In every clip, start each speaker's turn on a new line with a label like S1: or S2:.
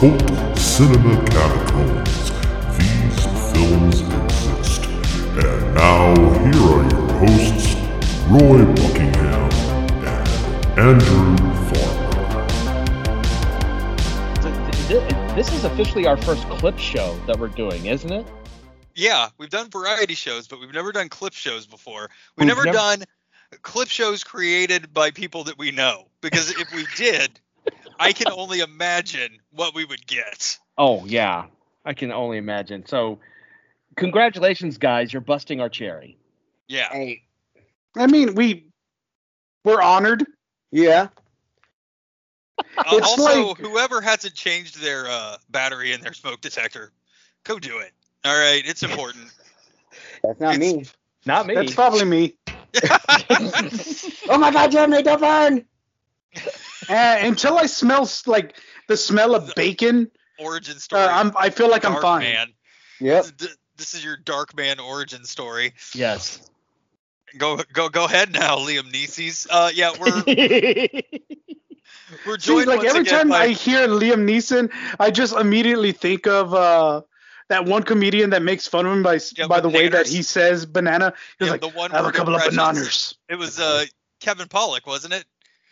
S1: Cult Cinema Catacombs. These films exist. And now, here are your hosts, Roy Buckingham and Andrew Farmer.
S2: This is officially our first clip show that we're doing, isn't it?
S3: Yeah, we've done variety shows, but we've never done clip shows before. We've,
S2: We've
S3: never,
S2: never-
S3: done clip shows created by people that we know because if we did, I can only imagine what we would get.
S2: Oh yeah, I can only imagine. So, congratulations, guys! You're busting our cherry.
S3: Yeah.
S4: Hey, I mean, we we're honored.
S5: Yeah.
S3: Uh,
S5: It's
S3: also,
S5: like-
S3: whoever hasn't changed their uh, battery in their smoke detector, go do it. All right, it's important.
S5: That's not me.
S2: Not me.
S4: That's probably me.
S5: Oh my god, Jeremy, don't burn!
S4: Uh, until I smell s- like the smell of bacon,
S3: origin
S4: uh,
S3: story.
S4: I'm I feel like I'm
S3: Dark
S4: fine.
S3: Man.
S5: Yep.
S3: Th- This is your Dark Man origin story.
S2: yes.
S3: Go go go ahead now, Liam Neeses. Uh, yeah, we're we're
S4: See,
S3: joined
S4: like
S3: once
S4: every
S3: again
S4: time
S3: by-
S4: I hear Liam Neeson, I just immediately think of uh, that one comedian that makes fun of him by s
S3: Yeah,
S4: by the way that
S3: bananas.
S4: he says banana. He's
S3: Yeah,
S4: like,
S3: the one
S4: I have a
S3: word
S4: couple of
S3: impressions.
S4: bananas.
S3: It was uh, Kevin Pollock, wasn't it?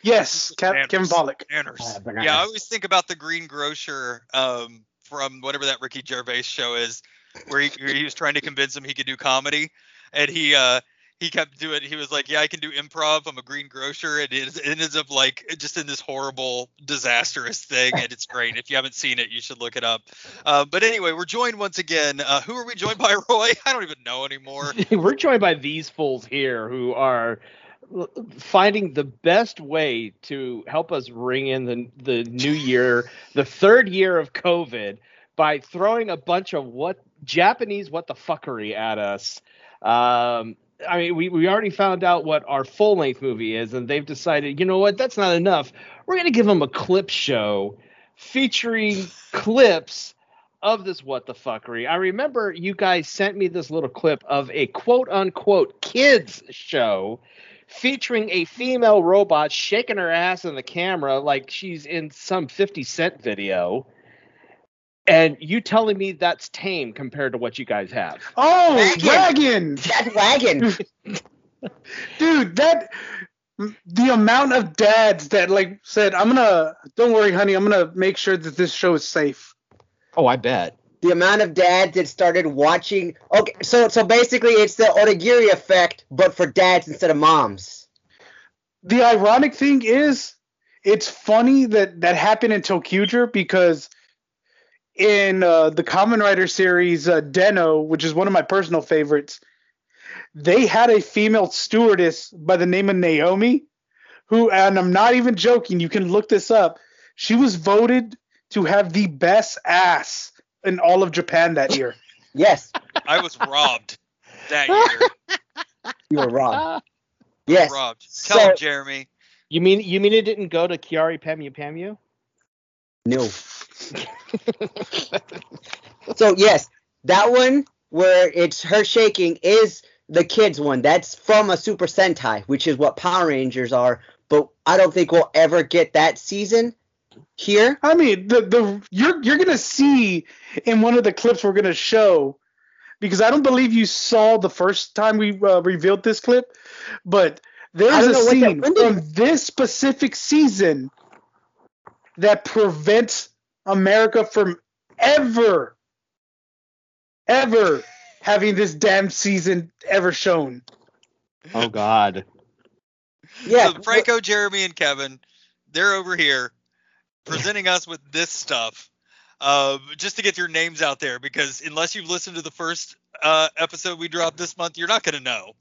S4: Yes, Ke-
S3: Bananas.
S4: Kevin Pollak.
S3: Banners.
S4: Ah,
S5: Uh, bananas.
S3: yeah, I always think about the Green Grocer um, from whatever that Ricky Gervais show is, where he, where he was trying to convince him he could do comedy, and he uh, he kept doing. He was like, "Yeah, I can do improv. I'm a Green Grocer," and it, it ends up like just in this horrible, disastrous thing, and it's great. If you haven't seen it, you should look it up. Uh, but anyway, we're joined once again. Uh, who are we joined by, Roy? I don't even know anymore.
S2: we're joined by these fools here who are l- finding the best way to help us ring in the the new year, the third year of COVID, by throwing a bunch of what Japanese what the fuckery at us. Um, I mean, we, we already found out what our full length movie is, and they've decided, you know what, that's not enough. We're gonna give them a clip show featuring clips of this what the fuckery. I remember you guys sent me this little clip of a quote unquote kids show featuring a female robot shaking her ass in the camera like she's in some 50 cent video. And you telling me that's tame compared to what you guys have.
S4: Oh,
S5: Bacon.
S4: wagon.
S5: That's wagon.
S4: dude that the amount of dads that like said i'm gonna don't worry honey i'm gonna make sure that this show is safe
S2: Oh, I bet.
S5: the amount of dads that started watching. Okay, so so basically, it's the Onigiri effect, but for dads instead of moms.
S4: the ironic thing is it's funny that that happened in tokuger because in uh, the common writer series uh, deno which is one of my personal favorites they had a female stewardess by the name of naomi who and i'm not even joking you can look this up she was voted to have the best ass in all of japan that year
S5: Yes,
S3: I was robbed that year.
S5: you were wrong. Yes,
S3: Robbed. Tell him,
S5: So-
S3: Jeremy.
S2: You mean you mean it didn't go to Kiari Pemu Pemu?
S5: no. so yes, that one where it's her shaking is the kids one. That's from a Super Sentai, which is what Power Rangers are. But I don't think we'll ever get that season here.
S4: I mean, the the you're you're gonna see in one of the clips we're gonna show, because I don't believe you saw the first time we uh, revealed this clip, but
S5: I
S4: there's
S5: don't
S4: a
S5: know what that-
S4: scene
S5: when did-
S4: from this specific season that prevents America from ever, ever having this damn season ever shown.
S2: Oh god.
S5: Yeah,
S3: So Franco, Jeremy, and Kevin, they're over here presenting us with this stuff. Um, just to get your names out there, because unless you've listened to the first uh, episode we dropped this month, you're not going to know.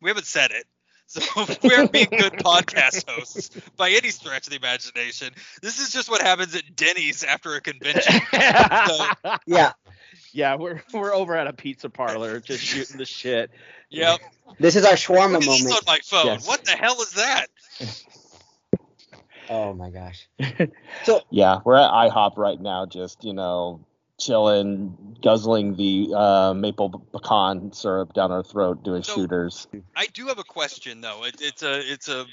S3: We haven't said it. So we aren't being good podcast hosts by any stretch of the imagination. This is just what happens at Denny's after a convention.
S5: yeah.
S2: yeah, we're we're over at a pizza parlor just shooting the shit.
S3: Yep.
S5: This is our shawarma
S3: Look at this
S5: moment.
S3: on my phone.
S2: Yes.
S3: What the hell is that?
S5: Oh my gosh.
S6: Yeah, we're at IHOP right now, just you know, chilling, guzzling the uh, maple pecan syrup down our throat, doing
S3: So-
S6: shooters.
S3: I do have a question though. It, it's a it's a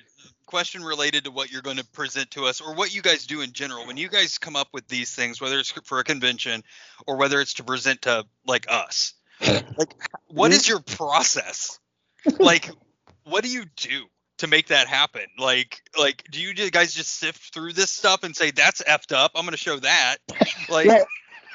S3: question related to what you're going to present to us or what you guys do in general. When you guys come up with these things, whether it's for a convention or whether it's to present to like us, like what is your process? Like, what do you do to make that happen? Like, like do you guys just sift through this stuff and say that's effed up? I'm going to show that. Like,
S5: Yeah,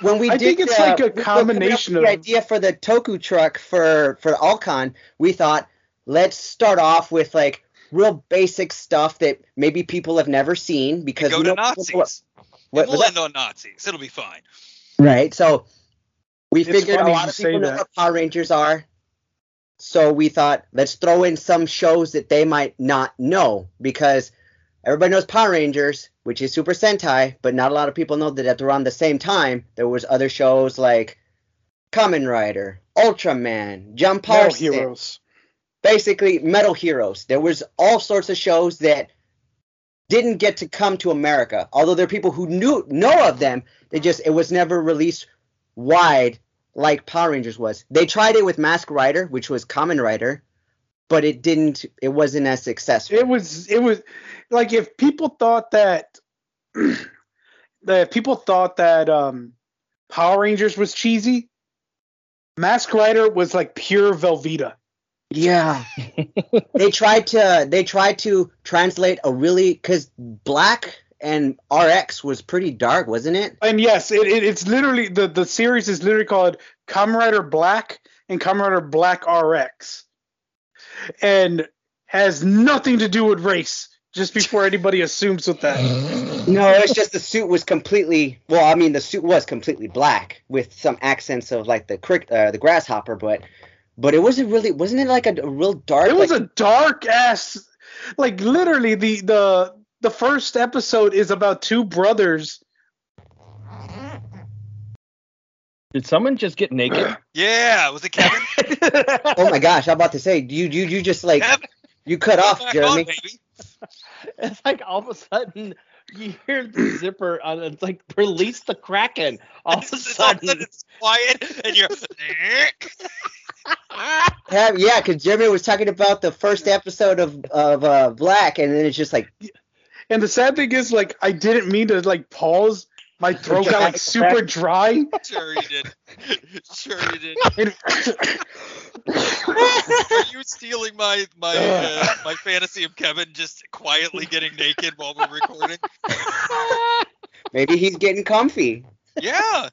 S5: when we
S4: I
S5: did,
S4: think it's
S5: uh,
S4: like a
S5: we were coming up
S4: combination
S5: with the
S4: of-
S5: idea for the Toku truck for for Alcon. We thought let's start off with like real basic stuff that maybe people have never seen because
S3: go
S5: we
S3: to
S5: know people-
S3: Nazis.
S5: what-
S3: we'll
S5: what-
S3: end on Nazis. It'll be fine.
S5: right? So we
S4: It's
S5: figured a
S4: funny
S5: lot
S4: you
S5: of people
S4: say
S5: know
S4: that.
S5: what Power Rangers are. So we thought let's throw in some shows that they might not know because everybody knows Power Rangers, which is Super Sentai, but not a lot of people know that at around the same time there was other shows like Kamen Rider, Ultraman, Jump Power
S4: Metal
S5: Stick,
S4: heroes.
S5: basically Metal Heroes. There was all sorts of shows that didn't get to come to America. Although there are people who knew know of them, they just it was never released wide like Power Rangers was. They tried it with Mask Rider, which was Common Rider, but it didn't it wasn't as successful.
S4: It was it was like if people thought that that if people thought that um Power Rangers was cheesy, Mask Rider was like pure Velveeta.
S5: Yeah. they tried to they tried to translate a really cuz Black and RX was pretty dark, wasn't it?
S4: And yes, it, it it's literally the the series is literally called Kamen Rider Black and Kamen Rider Black RX, and has nothing to do with race. Just before anybody assumes with that,
S5: No, it's just the suit was completely. Well, I mean, the suit was completely black with some accents of like the crick, uh, the grasshopper, but but it wasn't really. Wasn't it like a, a real dark?
S4: it was
S5: like,
S4: a dark ass. Like literally, the the the first episode is about two brothers.
S6: Did someone just get naked?
S3: Yeah, was it Kevin?
S5: oh my gosh! I'm about to say you you you just like
S3: Kevin,
S5: you cut
S3: come
S5: off,
S3: back on,
S5: Jeremy.
S3: baby.
S7: It's like all of a sudden you hear the zipper on. It's like release the kraken. All of a
S3: It's all of a
S7: sudden,
S3: it's quiet, and you're.
S5: Yeah, yeah, because Jeremy was talking about the first episode of of uh, Black, and then it's just like
S4: And the sad thing is, like, I didn't mean to like pause. My throat got like super dry.
S3: sure you did. Sure you did.
S4: And-
S3: Are you stealing my my uh, my fantasy of Kevin just quietly getting naked while we're recording?
S5: maybe he's getting comfy.
S3: Yeah.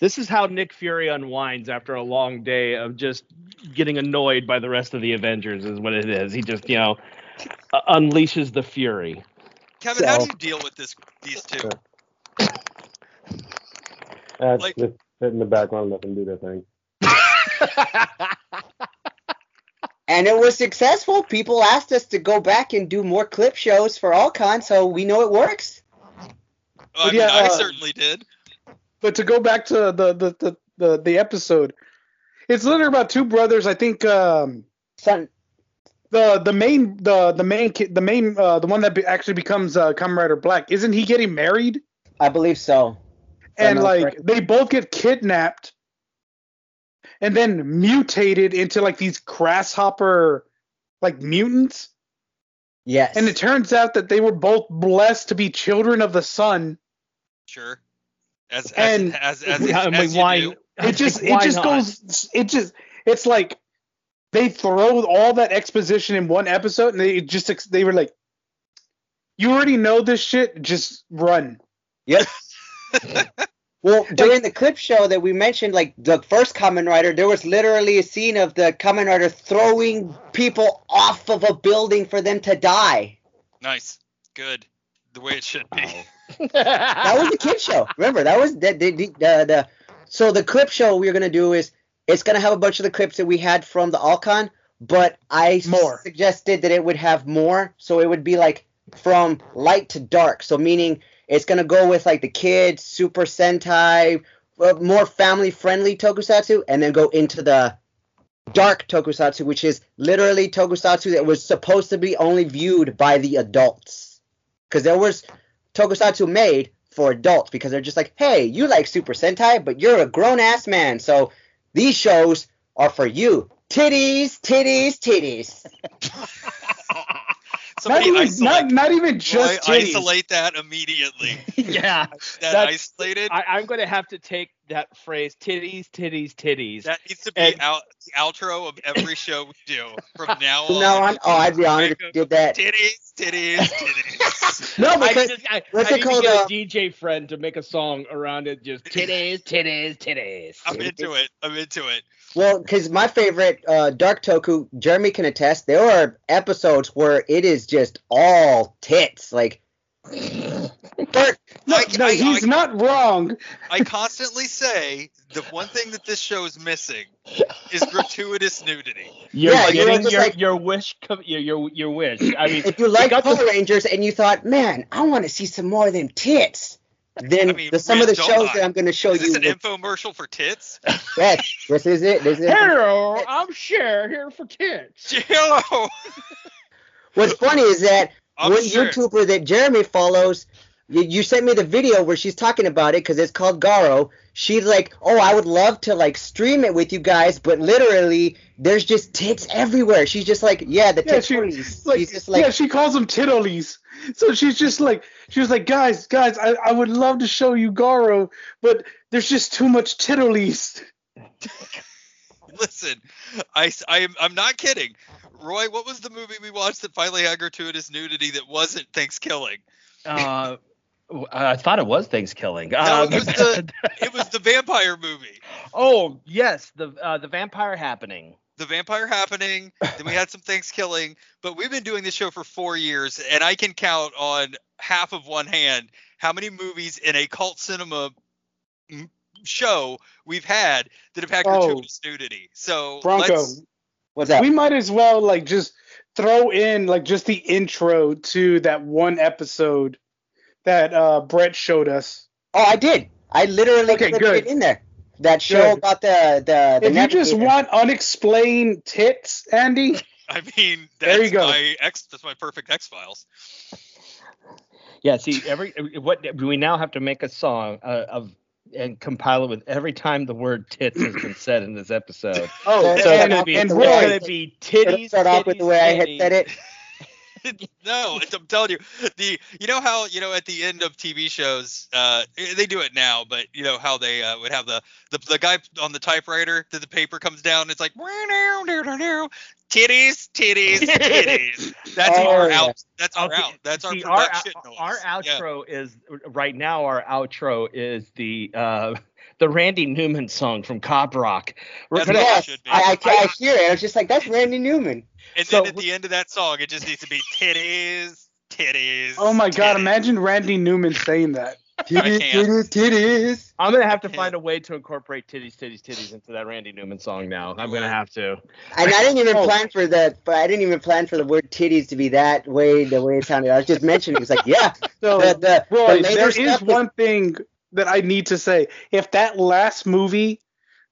S7: this is how Nick Fury unwinds after a long day of just getting annoyed by the rest of the Avengers. Is what it is. He just you know uh, unleashes the fury.
S3: Kevin, how do
S5: So-
S3: you deal with this these two?
S8: That's
S3: Like-
S8: just sit in the background, let them do their thing.
S5: And it was successful. People asked us to go back and do more clip shows for Alcon, so we know it works.
S3: I mean,
S4: yeah,
S3: I
S4: uh,
S3: certainly did.
S4: but to go back to the the the the, the episode, it's literally about two brothers. I think um,
S5: Son,
S4: the the main the the main kid the main uh, the one that be, actually becomes uh, Kamen Rider Black isn't he getting married?
S5: I believe so.
S4: And
S5: Sounds
S4: like
S5: right.
S4: they both get kidnapped, and then mutated into like these grasshopper like mutants.
S5: Yes.
S4: And it turns out that they were both blessed to be children of the sun.
S3: Sure. As as
S4: and-
S3: as as, as,
S7: Yeah, I mean,
S3: you
S7: why-
S3: do.
S4: it just
S7: Like,
S4: it
S7: why
S4: just
S7: not?
S4: goes it just it's like they throw all that exposition in one episode and they just ex- they were like you already know this shit just run
S5: Well, during the clip show that we mentioned, like the first Kamen Rider, there was literally a scene of the Kamen Rider throwing people off of a building for them to die.
S3: Nice. Good. The way it should be.
S5: That was the kid show. Remember, that was the the, the, the, the so the clip show we're gonna do is it's gonna have a bunch of the clips that we had from the Alcon, but I s-
S4: More.
S5: suggested that it would have more, so it would be like from light to dark. So meaning it's gonna go with like the kids, Super Sentai, uh, more family friendly Tokusatsu, and then go into the dark Tokusatsu, which is literally Tokusatsu that was supposed to be only viewed by the adults, because there was tokusatsu made for adults because they're just like, hey, you like Super Sentai, but you're a grown ass man, so these shows are for you. Titties, titties, titties.
S4: Not
S3: Somebody
S4: even,
S3: isolate,
S4: not, not even just
S3: Roy,
S4: titties.
S3: isolate that immediately.
S7: yeah.
S3: That
S7: That's-
S3: isolated.
S7: I, I'm going to have to take that phrase titties, titties, titties.
S3: that needs to be
S7: and-
S3: out the outro of every show we do from now
S5: From
S3: on.
S5: now on, oh, I'd be honored if you did that.
S3: Titties, titties, titties.
S5: No,
S7: I,
S5: because
S7: just, I,
S5: what's
S7: I
S5: it
S7: need
S5: called,
S7: to get
S5: uh,
S7: a DJ friend to make a song around it. Just titties, titties, titties.
S3: I'm into it. I'm into it.
S5: Well, because my favorite uh, Dark Toku, Jeremy can attest, there are episodes where it is just all tits. Like, Bert,
S4: No,
S3: I-
S4: no,
S3: I-
S4: he's
S3: I-
S4: not wrong.
S3: I constantly say the one thing that this show is missing is gratuitous nudity.
S7: You're
S5: Yeah, you know,
S7: getting
S5: just
S7: your,
S5: like-
S7: your wish, com- your, your your wish. I mean,
S5: if you like
S7: got
S5: Power
S7: the-
S5: Rangers and you thought, man, I want to see some more of them tits, then
S3: I mean,
S5: the, some
S3: Riz,
S5: of the
S3: don't
S5: shows
S3: lie.
S5: that I'm going to show
S3: Is this
S5: you,
S3: an
S5: will-
S3: infomercial for tits?
S5: yes, this is it. This is it.
S7: Hello, I'm Cher here for tits.
S3: Jello!
S5: What's funny is that
S3: I'm
S5: one
S3: sure.
S5: YouTuber that Jeremy follows, you, you sent me the video where she's talking about it because it's called Garo. She's like, "Oh, I would love to like stream it with you guys, but literally, there's just tits everywhere." She's just like, "Yeah, the
S4: Yeah,
S5: tits."
S4: she,
S5: please."
S4: like,
S5: she's just like,
S4: yeah, she calls them tittlies. So she's just like, she was like, guys, guys, I, I would love to show you Garo, but there's just too much tittlies.
S3: Listen, I, am I'm not kidding. Roy, what was the movie we watched that finally had gratuitous nudity that wasn't Thanksgiving?
S9: Uh, w- I thought it was Thanksgiving.
S3: No,
S9: Um,
S3: it was the- It was the vampire movie.
S9: oh yes, the uh, the vampire happening.
S3: The vampire happening, then we had some Thanksgiving, but we've been doing this show for four years, and I can count on half of one hand how many movies in a cult cinema m- show we've had that have had
S4: Oh.
S3: gratuitous nudity. So
S4: Bronco,
S3: let's-
S5: "What's up?"
S4: we might as well like just throw in like just the intro to that one episode that uh Brett showed us.
S5: oh, I did. I literally
S4: Okay,
S5: clipped
S4: good.
S5: it in there. That show
S4: Good.
S5: about the the. the
S4: If you just
S5: navigator.
S4: want unexplained tits, Andy,
S3: I mean, that's
S4: There you go.
S3: my X. That's my perfect X Files.
S9: Yeah. See, every what we now have to make a song uh, of and compile it with every time the word tits has been said in this episode.
S5: So
S4: oh,
S5: it's
S7: It's
S5: gonna
S7: going to be,
S5: start
S4: and,
S7: it's
S5: off
S4: and
S5: the
S4: Roy,
S5: way I
S7: going
S5: had-
S7: to be
S5: it'll
S7: titties.
S5: start off with the
S7: titties,
S5: way I had
S7: titties.
S5: said it.
S3: no, it's, I'm telling you, the you know how you know at the end of TV shows, uh, they do it now, but you know how they uh, would have the, the the guy on the typewriter that the paper comes down. It's like titties, titties, titties. That's
S5: Oh,
S3: our
S5: yeah.
S3: out. That's our
S9: Okay,
S3: out. That's our
S9: See, our,
S3: production noise.
S9: our
S3: Yeah.
S9: outro is right now. Our outro is the uh, the Randy Newman song from Cop Rock. We're
S3: That's
S9: gonna-
S3: what it
S5: Yes,
S3: should be.
S5: I, I, I hear it. I was just like, "That's Randy Newman."
S3: and
S9: so-
S3: then at the end of that song, it just needs to be titties, titties.
S4: oh my god,
S3: titties.
S4: imagine Randy Newman saying that.
S5: Titties,
S3: can't.
S5: titties, titties.
S9: I'm gonna have to
S3: Okay.
S9: find a way to incorporate titties, titties, titties into that Randy Newman song now. I'm gonna have to.
S5: And I didn't even
S4: Oh.
S5: plan for the, but I didn't even plan for the word titties to be that way, the way it sounded. I was just mentioning, it's like, yeah,
S4: So
S5: the, the,
S4: Roy,
S5: the later
S4: Oh, there
S5: stuff
S4: is one thing that I need to say. If that last movie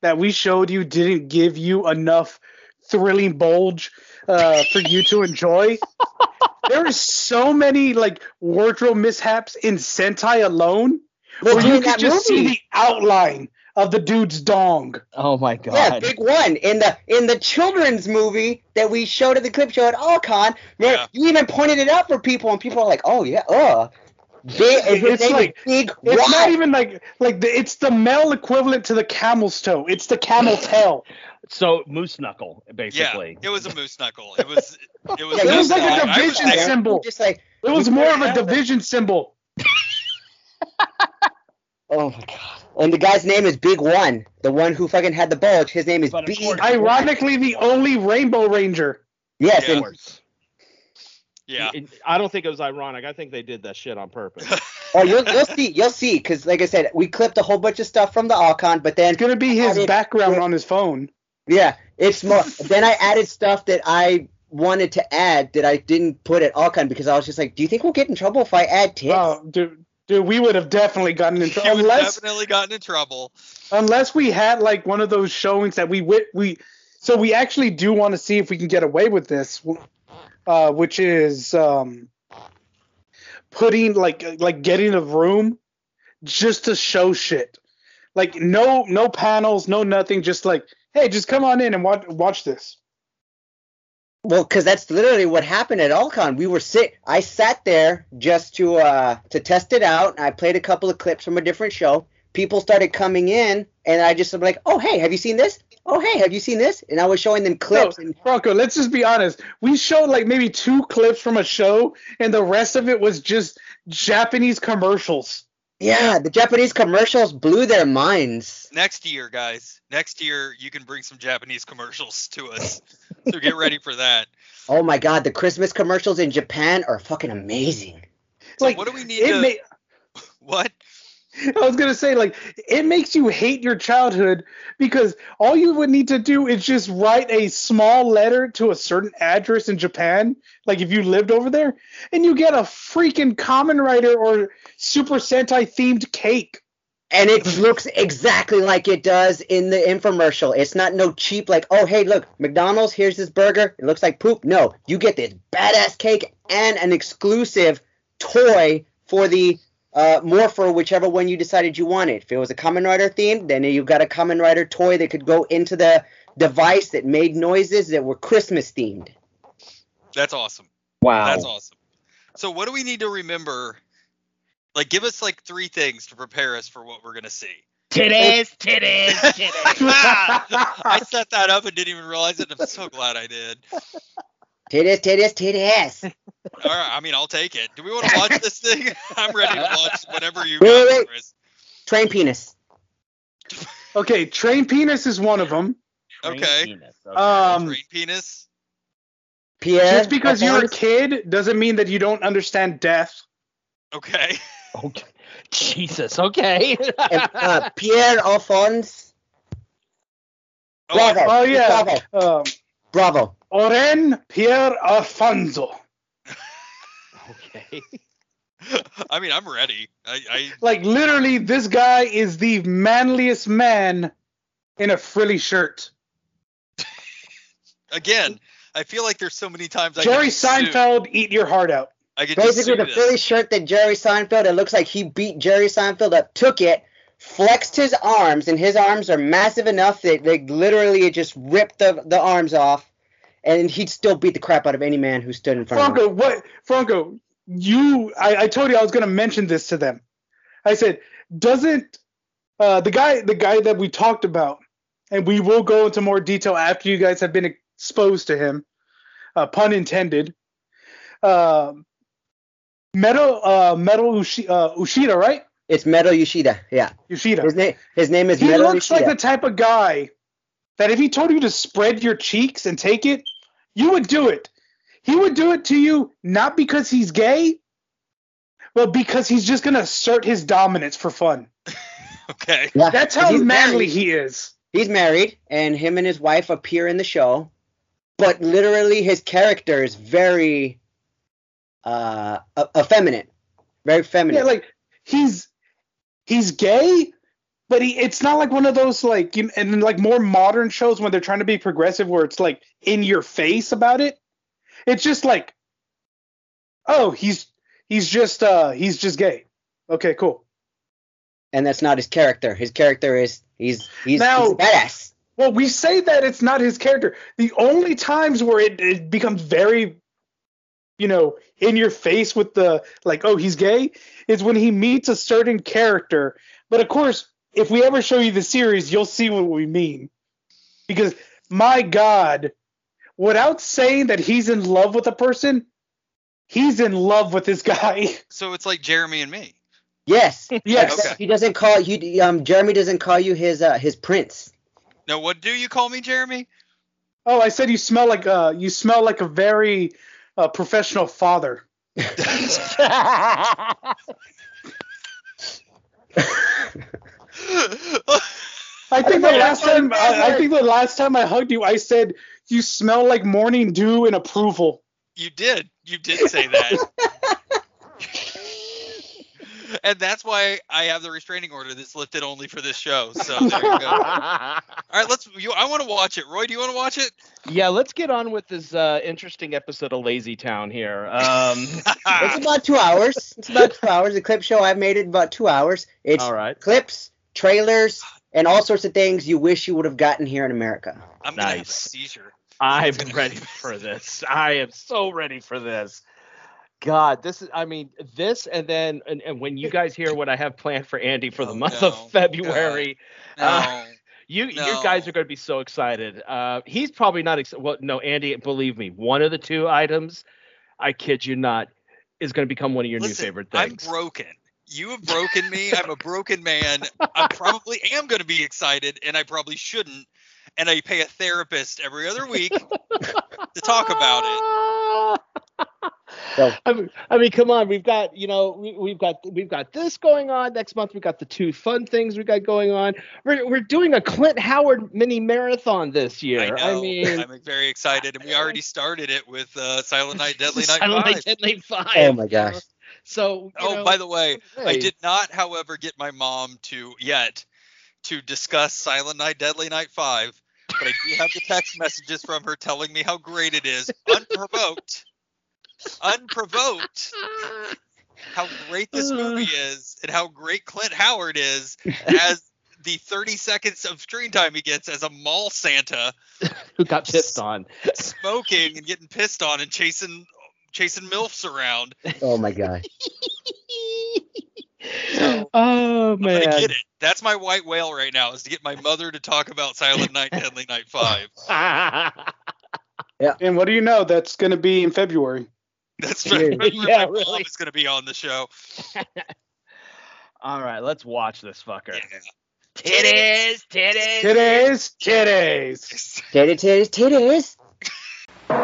S4: that we showed you didn't give you enough thrilling bulge uh, for you to enjoy, there are so many like wardrobe mishaps in Sentai alone
S5: was
S4: where you
S5: during
S4: could
S5: that
S4: just see
S5: movie.
S4: the outline of the dude's dong.
S9: Oh my
S5: yeah,
S9: god.
S5: big one in the in the children's movie that we showed at the clip show at Alcon. Where
S3: Yeah.
S5: You even pointed it out for people, and people are like, "Oh yeah, uh." Big,
S4: It's
S5: it's
S4: like-
S5: like big.
S4: It's not
S5: Y.
S4: even like like the, it's the male equivalent to the camel's toe. It's the camel's tail.
S9: So moose knuckle,
S3: Yeah,
S9: basically.
S3: it was a moose knuckle. It was. It was.
S5: Yeah, it was like a
S3: I- I was
S4: division
S3: there.
S4: symbol.
S5: Just like,
S4: It was more of a division symbol.
S5: oh my god! And the guy's name is Big One, the one who fucking had the bulge. His name is
S9: But of
S5: Big.
S9: course-
S4: Ironically, the only Rainbow Ranger.
S5: Yes,
S3: Yeah.
S5: and
S3: Yeah.
S7: It- I don't think it was ironic. I think they did that shit on purpose.
S5: Oh, you'll, you'll see, you'll see, because like I said, we clipped a whole bunch of stuff from the Alcon, but then
S4: It's gonna be his
S5: Added-
S4: background on his phone.
S5: yeah, it's more. then I added stuff that I wanted to add that I didn't put at Alcon because I was just like, do you think we'll get in trouble if I add tits?
S4: Oh, dude, dude, we would have definitely gotten in
S3: You
S4: trouble
S3: would
S4: unless
S3: definitely gotten in trouble.
S4: unless we had like one of those showings that we wit we. So we actually do want to see if we can get away with this, uh, which is um, putting like like getting a room just to show shit, like no no panels, no nothing, just like hey, just come on in and watch watch this.
S5: Well, because that's literally what happened at Alcon. We were sit. I sat there just to uh to test it out. I played a couple of clips from a different show. People started coming in, and I just was like, "Oh hey, have you seen this? Oh hey, have you seen this?" And I was showing them clips.
S4: No,
S5: and
S4: Rocco, let's just be honest. We showed like maybe two clips from a show, and the rest of it was just Japanese commercials.
S5: yeah, the Japanese commercials blew their minds.
S3: Next year, guys. Next year, you can bring some Japanese commercials to us. so get ready for that.
S5: Oh my god, the Christmas commercials in Japan are fucking amazing.
S3: So
S4: like
S3: what do we need
S4: it
S3: to?
S4: may,
S3: what?
S4: I was gonna say like it makes you hate your childhood because all you would need to do is just write a small letter to a certain address in Japan, like if you lived over there, and you get a freaking common writer or super Sentai themed cake.
S5: And it looks exactly like it does in the infomercial. It's not no cheap like, oh hey, look, McDonald's, here's this burger. It looks like poop. No, you get this badass cake and an exclusive toy for the uh, more for whichever one you decided you wanted. If it was a Common Rider theme, then you got a Common Rider toy that could go into the device that made noises that were Christmas themed.
S3: That's awesome.
S9: Wow.
S3: That's awesome. So what do we need to remember? Like, give us like three things to prepare us for what we're gonna see.
S9: Titties, titties, titties.
S3: I set that up and didn't even realize it. I'm so glad I did.
S5: Titties, titties, titties.
S3: All right, I mean, I'll take it. Do we want to launch this thing? I'm ready to launch whatever you
S5: Wait,
S3: got,
S5: wait, wait.
S3: Chris.
S5: Train penis.
S4: Okay, train penis is one of them.
S3: Okay.
S9: Penis, okay.
S4: Um,
S3: Train penis.
S5: Pierre.
S4: just because
S5: my
S4: you're a
S5: friends.
S4: kid doesn't mean that you don't understand death.
S3: Okay.
S2: Oh,
S9: okay. Jesus. Okay.
S5: And, uh, Pierre Alphonse.
S3: Oh,
S5: Bravo.
S4: Oh yeah.
S5: Bravo.
S4: Um,
S5: Bravo.
S4: Oren Pierre Alfonso.
S7: Okay.
S3: I mean, I'm ready. I, I
S4: Like literally, this guy is the manliest man in a frilly shirt.
S3: again, I feel like there's so many times I
S4: Jerry
S3: could just sue-
S4: Seinfeld, eat your heart out.
S3: I could just
S5: Basically,
S3: sue
S5: the
S3: this.
S5: Philly shirt that Jerry Seinfeld, it looks like he beat Jerry Seinfeld up, took it, flexed his arms, and his arms are massive enough that they literally just ripped the, the arms off, and he'd still beat the crap out of any man who stood in front of him.
S4: Franco, what? Franco, you? I, I told you I was gonna mention this to them. I said, doesn't uh, the guy, the guy that we talked about, and we will go into more detail after you guys have been exposed to him, uh, pun intended. Um Metal, uh, Metal Ushi, uh, Ushida, right?
S5: It's Metal Yoshida. Yeah.
S4: Yoshida.
S5: His, name his name is
S4: he
S5: Metal
S4: looks
S5: Yoshida.
S4: like the type of guy that if he told you to spread your cheeks and take it, you would do it. He would do it to you not because he's gay, but because he's just gonna assert his dominance for fun.
S3: Okay.
S5: yeah.
S4: That's how
S5: He's
S4: manly
S5: married.
S4: he is.
S5: He's married, and him and his wife appear in the show, but literally his character is very uh, e- effeminate, very feminine.
S4: Yeah, like he's he's gay, but he it's not like one of those like you, and like more modern shows when they're trying to be progressive where it's like in your face about it. It's just like, oh, he's he's just uh he's just gay. Okay, cool.
S5: and that's not his character. His character is he's he's,
S4: Now-
S5: he's a badass.
S4: Well, we say that it's not his character. The only times where it, it becomes very, you know, in your face with the like, oh, he's gay, is when he meets a certain character. But of course, if we ever show you the series, you'll see what we mean. Because my God, without saying that he's in love with a person, he's in love with this guy.
S3: So it's like Jeremy and me.
S5: Yes.
S4: yes.
S3: Okay.
S5: He doesn't call you. Um, Jeremy doesn't call you his uh, his prince.
S3: No, what do you call me, Jeremy?
S4: Oh, I said you smell like uh you smell like a very uh, professional father. I think the last time I, I think the last time I hugged you, I said you smell like morning dew and approval.
S3: you did. You did say that. and that's why I have the restraining order that's lifted only for this show. So there you go. All right, let's. You, I want to watch it. Roy, do you want to watch it?
S7: Yeah, let's get on with this uh, interesting episode of Lazy Town here. Um,
S3: Ah,
S5: It's about two hours. It's about two hours. The clip show I made it about two hours. It's
S7: all right.
S5: clips, trailers, and all sorts of things you wish you would have gotten here in America.
S3: I'm gonna have a
S7: Nice.
S3: seizure.
S2: I'm
S3: gonna be
S2: ready
S3: the best.
S2: for this. I am so ready for this. God, this is I mean, this and then and, and when you guys hear what I have planned for Andy for the
S3: Oh,
S2: month
S3: no.
S2: of February,
S3: No.
S2: Uh, you you guys
S3: No.
S2: are going to be so excited. Uh he's probably not ex- well no, Andy, believe me, one of the two items, I kid you not, is going to become one of your
S3: Listen,
S2: new favorite
S3: I'm
S2: things.
S3: broken. You have broken me. I'm a broken man. I probably am going to be excited, and I probably shouldn't. And I pay a therapist every other week to talk about it.
S5: So-
S2: I mean, I mean, come on. We've got, you know, we, we've got, we've got this going on next month. We've got the two fun things we got going on. We're, we're doing a Clint Howard mini marathon this year.
S3: I,
S2: I,
S3: know.
S2: mean,
S3: I'm very excited, and we already started it with uh, Silent Night, Deadly Night
S2: Silent
S3: 5.
S2: Night, Deadly Night Five.
S5: Oh my gosh.
S2: So, you
S3: oh,
S2: know,
S3: by the way, I
S2: hey,
S3: did not, however, get my mom to yet to discuss Silent Night, Deadly Night 5, but I do have the text messages from her telling me how great it is, unprovoked, unprovoked, how great this movie is and how great Clint Howard is as the 30 seconds of screen time he gets as a mall Santa
S2: who got pissed on?
S3: smoking and getting pissed on and chasing chasing milfs around.
S5: Oh my gosh.
S2: oh
S3: I'm
S2: man,
S3: gonna get it. That's my white whale right now is to get my mother to talk about Silent Night, Deadly Night Five.
S10: And what do you know? That's going to be in February.
S3: That's
S2: Yeah.
S3: right.
S2: Yeah,
S3: my mom
S2: really.
S3: is gonna be on the show.
S2: All right, let's watch this fucker.
S3: Yeah.
S2: Titties, titties.
S10: Titties, titties.
S5: Titties, titties, titties.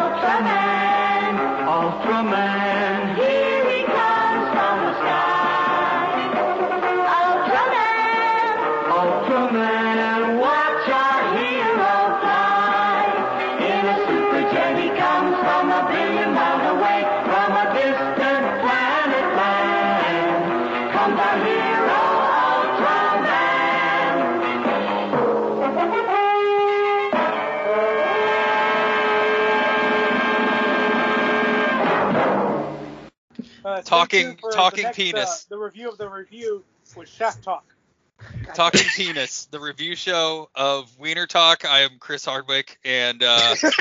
S11: Ultraman, Ultraman, here he comes from the sky. Ultraman, Ultraman, watch our hero fly. In a superjet he comes from a billion miles away, from a distant planet land. Comes our hero, Ultraman.
S10: Uh, stay
S3: Talking-
S10: tuned for
S3: talking
S10: the next,
S3: penis.
S10: Uh, the review of the review was Chef Talk.
S3: Talking Penis, the review show of Wiener Talk. I am Chris Hardwick, and uh,
S10: no, it's,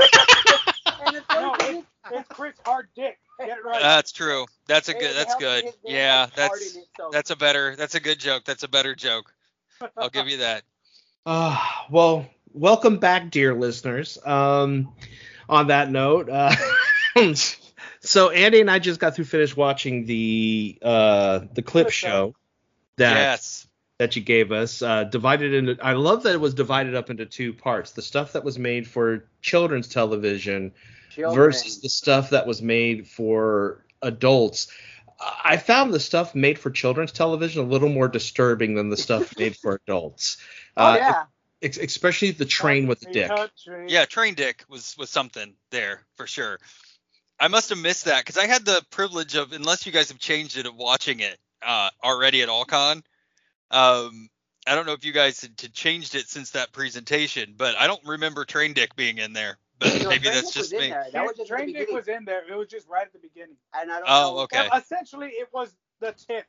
S10: it's Chris Hard Dick. Get it right.
S3: that's true. That's a good. That's good. Yeah, that's
S10: that's.
S3: that's a better. That's a good joke. That's a better joke. I'll give you that.
S2: Uh, well, welcome back, dear listeners. Um, on that note, uh, so Andy and I just got through finished watching the uh, the clip show that
S3: Yes.
S2: that you gave us, uh, divided into. I love that it was divided up into two parts: the stuff that was made for children's television versus the stuff that was made for adults. I- I found the stuff made for children's television a little more disturbing than the stuff made for adults.
S10: Oh
S2: Uh,
S10: yeah.
S2: ex- especially the train with the dick.
S10: Country.
S3: Yeah, Train Dick was was something there for sure. I must have missed that because I had the privilege of, unless you guys have changed it, of watching it uh, already at AllCon. Um, I don't know if you guys had had changed it since that presentation, but I don't remember Train Dick being in there. But
S5: No,
S3: maybe
S5: Train
S3: that's
S5: Dick was
S3: just
S5: in
S3: me.
S5: there. That was just at the
S10: Train Dick
S5: beginning.
S10: was in there. It was just right at the beginning.
S5: And I don't
S3: Oh,
S5: know.
S3: okay.
S10: Yeah, Essentially, it was the tip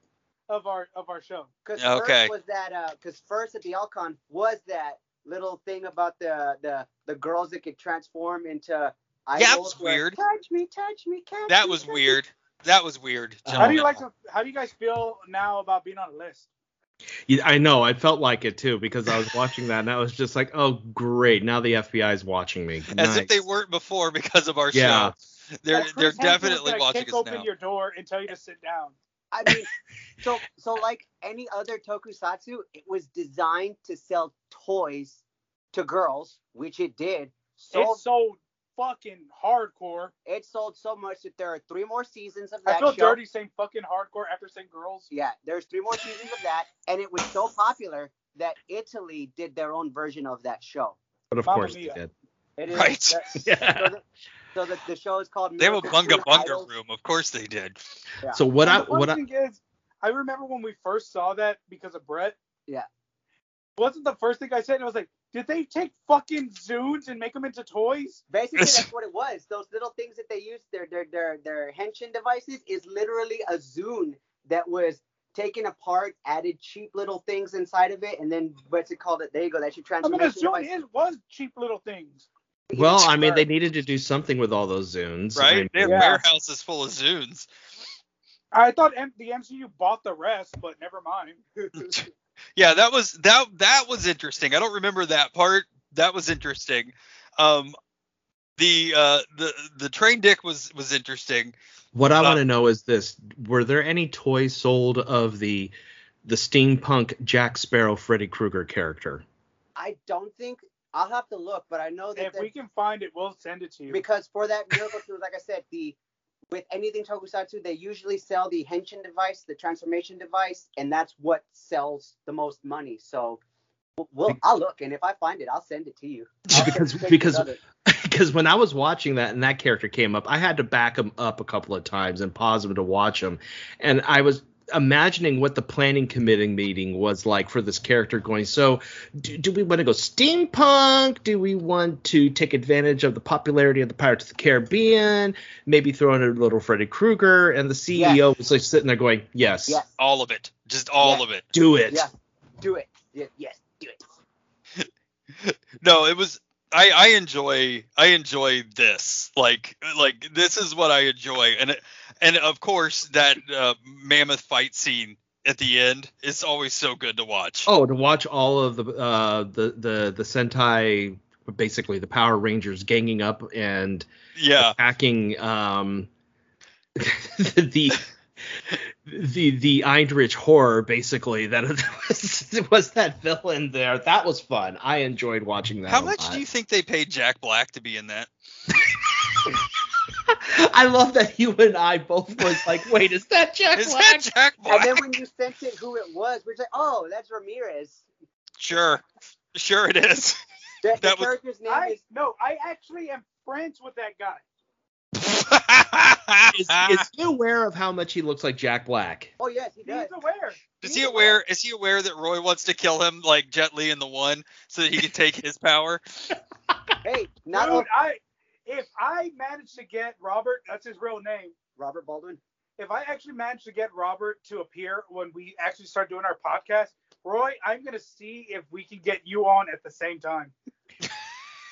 S10: of our of our show.
S5: Because
S3: Okay.
S5: first was that because first at the Alcon was that little thing about the the the girls that could transform into idols.
S3: was
S5: where,
S3: weird.
S5: Touch me, touch me, catch
S3: That
S5: me,
S3: was
S5: touch me."
S3: weird. That was weird.
S10: How do you
S3: gentlemen.
S10: like? To, how do you guys feel now about being on a list?
S2: Yeah, I know. I felt like it too because I was watching that and I was just like, oh great, now the FBI is watching me.
S3: As
S2: Nice.
S3: if they weren't before because of our
S2: Yeah.
S3: show. They're they're
S10: Like, Chris Hemsworth's
S3: definitely
S10: gonna
S3: watching us
S10: kick open
S3: now.
S10: your door and tell you to sit down.
S5: I mean, so so like any other tokusatsu, it was designed to sell toys to girls, which it did. So
S10: It's so fucking hardcore.
S5: it sold so much that there are three more seasons of that
S10: I feel
S5: show.
S10: dirty saying fucking hardcore after saying girls.
S5: Yeah, there's three more seasons of that, and it was so popular that Italy did their own version of that show.
S2: but of
S10: Mamma
S2: course they
S10: Mia.
S2: did.
S5: It is
S3: Right.
S5: that-
S2: Yeah.
S5: So the, the show is called.
S3: They have a
S5: Miracle
S3: bunga
S5: Food
S3: bunga
S5: Idol.
S3: room. Of course they did.
S2: So what
S10: And
S2: I
S10: the funny
S2: what I
S10: thing is, I remember when we first saw that because of Brett.
S5: Yeah.
S10: Wasn't the first thing I said? I was like, did they take fucking Zunes and make them into toys?
S5: Basically, that's what it was. Those little things that they used, their their their their henshin devices, is literally a Zune that was taken apart, added cheap little things inside of it, and then what's it called? It there you go. That's your
S10: I'm gonna
S5: transformation.
S10: assume
S5: device.
S10: it was cheap little things.
S2: Well, I mean, they needed to do something with all those Zunes.
S3: right?
S2: I
S3: Their
S2: mean,
S10: Yeah.
S3: warehouse is full of Zunes.
S10: I thought M- the MCU bought the rest, but never mind.
S3: Yeah, that was that that was interesting. I don't remember that part. That was interesting. Um, the uh the the train dick was was interesting.
S2: what I
S3: Uh,
S2: want to know is this: Were there any toys sold of the the steampunk Jack Sparrow Freddy Krueger character?
S5: I don't think I'll have to look, but I know that
S10: if
S5: the-
S10: we can find it, we'll send it to you.
S5: because for that miracle cruise, like I said, the with anything tokusatsu, they usually sell the henshin device, the transformation device, and that's what sells the most money. So we'll, we'll I'll look, and if I find it, I'll send it to you. I'll
S2: Because-
S5: send you
S2: because-
S5: another.
S2: Because when I was watching that and that character came up, I had to back him up a couple of times and pause him to watch him, and I was imagining what the planning committee meeting was like for this character going so do, do we want to go steampunk do we want to take advantage of the popularity of the pirates of the caribbean maybe throw in a little freddy krueger and the ceo was like sitting there going yes,
S5: Yes.
S3: All of it, just all
S5: Yeah.
S3: of it.
S2: do it
S5: Yeah, do it. Yeah, yes, do it.
S3: No, it was. I I enjoy I enjoy this. Like like this is what I enjoy, and it- and of course that uh, mammoth fight scene at the end is always so good to watch.
S2: Oh, to watch all of the uh, the the the Sentai, basically the Power Rangers ganging up and
S3: yeah.
S2: attacking um, the the the Eindrich horror, basically that was, was that villain there. That was fun. I enjoyed watching that.
S3: How
S2: a
S3: much
S2: lot.
S3: do you think they paid Jack Black to be in that?
S2: I love that you and I both was like, wait, is that Jack
S3: Is
S2: Black?
S3: that Jack Black?
S5: And then when you sent it, who it was, we're just like, oh, that's Ramirez.
S3: Sure, sure it is.
S5: The, the
S3: That was-
S5: character's name
S10: I
S5: is
S10: no, I actually am friends with that guy.
S2: Is,
S3: Ah.
S2: is he aware of how much he looks like Jack Black?
S5: Oh yes, he does.
S10: He's aware.
S3: Is he aware? Is he aware that Roy wants to kill him like Jet Li in the one, so that he can take his power?
S5: Hey, not
S10: Dude,
S5: all-
S10: I if I manage to get Robert, that's his real name.
S5: Robert Baldwin.
S10: If I actually manage to get Robert to appear when we actually start doing our podcast, Roy, I'm gonna see if we can get you on at the same time.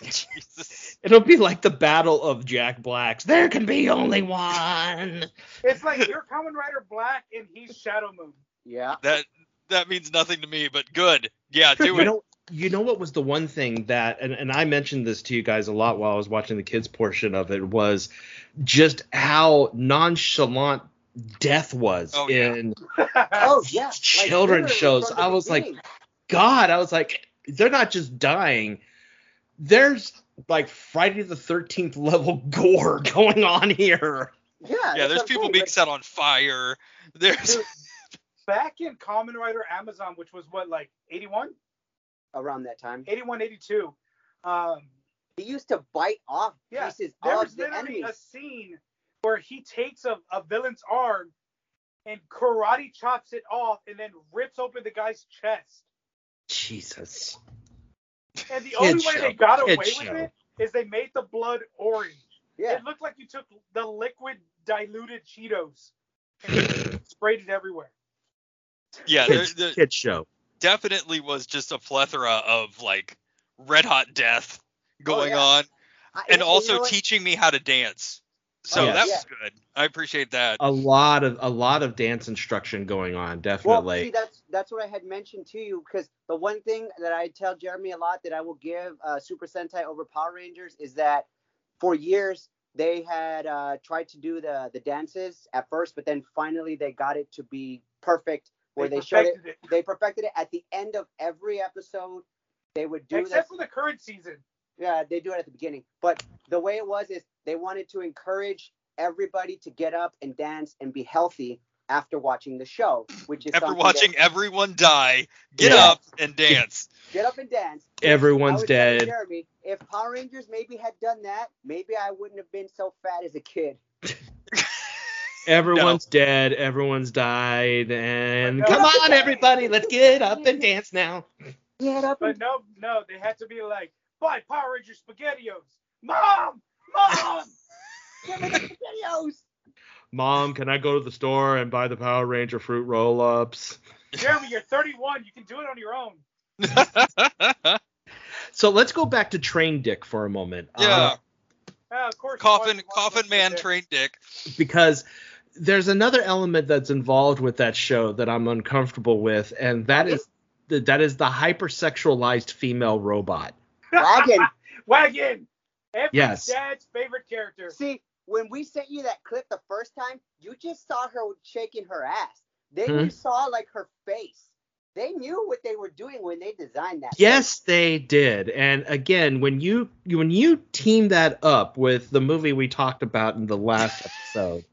S3: Jesus.
S2: It'll be like the battle of Jack Blacks. There can be only one.
S10: It's like you're Common Rider Black and he's Shadow Moon.
S5: Yeah.
S3: That that means nothing to me, but good. Yeah, do
S2: you
S3: it.
S2: know you know what was the one thing that and, and i mentioned this to you guys a lot while i was watching the kids portion of it was just how nonchalant death was
S3: Oh, yeah.
S2: in
S5: Oh yeah. Like,
S2: Children
S5: literally
S2: shows,
S5: from the
S2: I was like,
S5: beginning.
S2: god i was like they're not just dying there's like friday the 13th level gore going on here
S5: yeah.
S3: Yeah,
S5: that's what
S3: there's
S5: I'm
S3: people
S5: saying,
S3: being
S5: like,
S3: set on fire. There's
S5: Dude.
S10: Back in Common Rider Amazon, which was what like 81,
S5: around that time.
S10: 81, 82. Um,
S5: He used to bite off
S10: Yeah,
S5: pieces
S10: There
S5: of
S10: was
S5: the
S10: literally
S5: enemies.
S10: a scene where he takes a, a villain's arm and karate chops it off and then rips open the guy's chest.
S2: jesus
S10: And the
S2: Kid
S10: only way
S2: show.
S10: they got
S2: Kid
S10: away
S2: show.
S10: with it is they made the blood orange.
S5: Yeah.
S10: It looked like you took the liquid diluted Cheetos and sprayed it everywhere.
S3: yeah, there,
S2: kids,
S3: there
S2: kids show
S3: definitely was just a plethora of like red hot death going
S5: Oh, yeah.
S3: on,
S5: I-
S3: and
S5: you
S3: also
S5: know what?
S3: teaching me how to dance. So
S2: Oh, yeah.
S3: that
S5: Yeah.
S3: was good. I appreciate that.
S2: a lot of a lot of dance instruction going on
S5: Well,
S2: definitely
S5: see, that's that's what I had mentioned to you because the one thing that I tell Jeremy a lot that I will give uh, Super Sentai over Power Rangers is that for years they had uh, tried to do the the dances at first, but then finally they got it to be perfect where they, showed it.
S10: perfected it.
S5: They perfected it at the end of every episode. They would do this.
S10: Except for the current season.
S5: Yeah, uh, they do it at the beginning. But the way it was is they wanted to encourage everybody to get up and dance and be healthy after watching the show, which is
S3: After
S5: something that-
S3: watching everyone die, get
S2: Yeah.
S3: up and dance.
S5: get up and dance. I
S2: everyone's
S5: was telling
S2: dead
S5: Jeremy, if Power Rangers maybe had done that, maybe I wouldn't have been so fat as a kid.
S2: Everyone's dead. Everyone's died. And
S10: No.
S2: come on, everybody, let's get up and dance now.
S5: Get up
S10: But
S5: and
S10: no, no, they had to be like, buy Power Ranger SpaghettiOs. Mom! Mom!
S5: videos.
S2: Mom, can I go to the store and buy the Power Ranger fruit roll ups?
S10: Jeremy, you're 31. You can do it on your own.
S2: So let's go back to Train Dick for a moment.
S3: yeah.
S2: Uh,
S10: Yeah, Ah, of course.
S3: coffin,
S10: Why- why-
S3: coffin
S10: why-
S3: man,
S10: why-
S3: train dick.
S2: because there's another element that's involved with that show that I'm uncomfortable with, and that is the, that is the hypersexualized female robot.
S5: Dragon.
S10: Wagon. Every
S2: Yes.
S10: dad's favorite character.
S5: See, when we sent you that clip the first time, you just saw her shaking her ass. Then
S2: Hmm.
S5: you saw like her face. They knew what they were doing when they designed that.
S2: Yes, they did. And again, when you when you team that up with the movie we talked about in the last episode,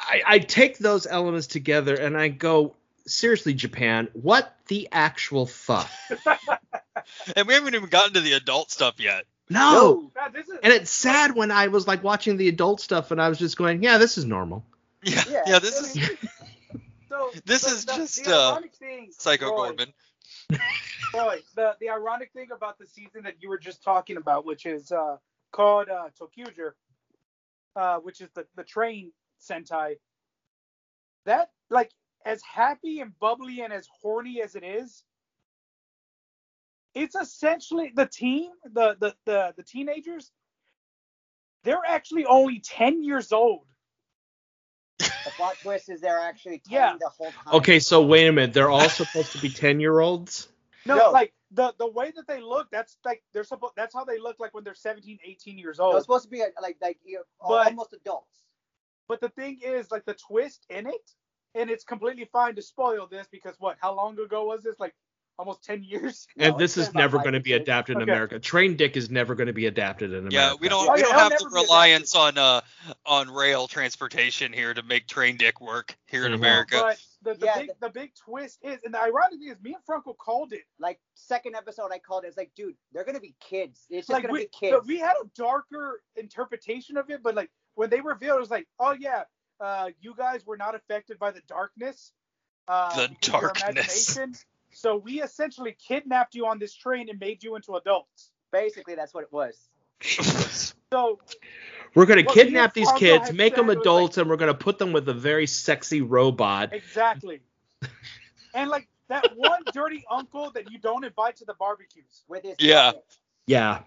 S2: I, I take those elements together and I go, seriously, Japan, what the actual fuck?
S3: And we haven't even gotten to the adult stuff yet.
S2: No.
S10: God, this is
S2: And it's sad when I was like watching the adult stuff and I was just going, yeah, this is normal.
S3: Yeah, yeah.
S5: Yeah,
S3: this is
S10: so.
S3: this
S10: so
S3: is
S10: the-
S3: just,
S10: the
S3: uh,
S10: ironic thing,
S3: Psycho
S10: Roy,
S3: Gorman.
S10: Roy, the the ironic thing about the season that you were just talking about, which is uh, called uh, Tokyuger, uh, which is the the train Sentai. That like as happy and bubbly and as horny as it is, it's essentially the team, the the the, the teenagers. They're actually only ten years old.
S5: The plot twist is they're actually
S10: Yeah.
S5: telling the whole time.
S2: Okay, so wait a minute. They're all supposed to be 10 year olds?
S10: No,
S5: No.
S10: like the the way that they look, that's like they're supposed. That's how they look like when they're 17, 18 years
S5: It was
S10: old.
S5: supposed to be like like, like you know,
S10: Oh. But-
S5: almost adults.
S10: But the thing is, like the twist in it, and it's completely fine to spoil this because what? How long ago was this? Like almost ten years.
S2: And
S5: No,
S2: this is
S5: it's been about
S2: never
S5: five
S2: going to
S5: or
S2: be
S5: six.
S2: adapted in
S10: Okay.
S2: America. Train Dick is never going to be adapted in America.
S3: Yeah, we don't
S10: Oh,
S3: we
S10: yeah,
S3: don't
S10: it'll
S3: have the
S10: never be
S3: reliance on uh on rail transportation here to make train dick work here in
S2: Mhm.
S3: America.
S10: But the, the
S5: Yeah,
S10: big the big twist is, and the ironic thing is, me and Franco called it.
S5: Like second episode, I called it. It's like, dude, they're gonna be kids. It's just
S10: like
S5: gonna
S10: we,
S5: be kids.
S10: but we had a darker interpretation of it, but like when they revealed, it was like, oh yeah, uh, you guys were not affected by the darkness. Uh,
S3: The
S10: because of your
S3: darkness.
S10: imagination. So we essentially kidnapped you on this train and made you into adults.
S5: Basically, that's what it was.
S10: So
S2: We're going to
S10: Well, me and
S2: kidnap these
S10: Fargo
S2: kids,
S10: had
S2: make them
S10: said it was
S2: adults, and we're going to put them with a very sexy robot.
S10: exactly. and like that one dirty uncle that you don't invite to the barbecues.
S5: With his
S3: Yeah.
S5: puppet.
S2: Yeah.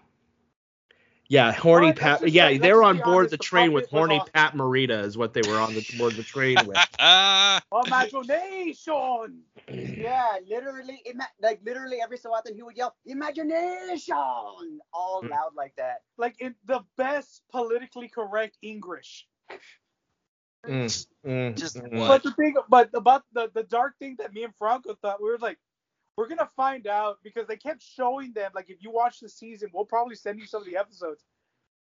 S2: Yeah, horny
S10: Well, let's
S2: Pat.
S10: just-
S2: Yeah,
S10: let's
S2: they were
S10: be
S2: on board
S10: honest,
S2: the
S10: the
S2: train with
S10: puppet was
S2: horny
S10: awesome.
S2: Pat Morita is what they were on the board the train with.
S3: Ah,
S10: Imagination.
S5: Yeah, literally, ima- like literally every so often he would yell "imagination" all
S2: Mm.
S5: loud like that.
S10: Like in the best politically correct English.
S2: Mm, mm,
S3: Just
S2: mm.
S3: what?
S10: But the thing, but about the the dark thing that me and Franco thought, we were like, we're gonna find out because they kept showing them. Like, if you watch the season, we'll probably send you some of the episodes.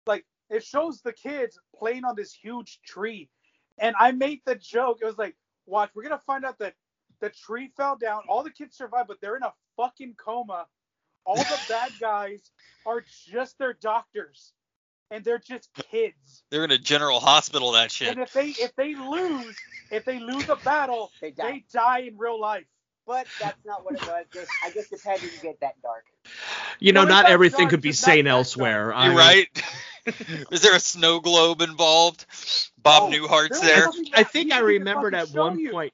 S10: Like, it shows the kids playing on this huge tree, and I made the joke. It was like, watch, we're gonna find out that the tree fell down. All the kids survived, but they're in a fucking coma. All the bad guys are just their doctors, and they're just kids.
S3: they're in a general hospital that shit.
S10: And if they if they lose, if they lose a battle,
S5: They died.
S10: they die in real life.
S5: But that's not what it was. Just, I guess the pen didn't get that dark.
S2: You know,
S10: Well,
S2: not
S10: it's not
S2: everything
S10: dark,
S2: could be
S10: it's not
S2: sane
S10: that
S2: elsewhere. I
S3: You're
S2: mean,
S3: right. Is there a snow globe involved? Bob
S10: Oh,
S3: Newhart's
S10: there
S3: there.
S10: is.
S2: I think I
S10: He can
S2: remembered
S10: fucking
S2: at
S10: show
S2: one
S10: you.
S2: point.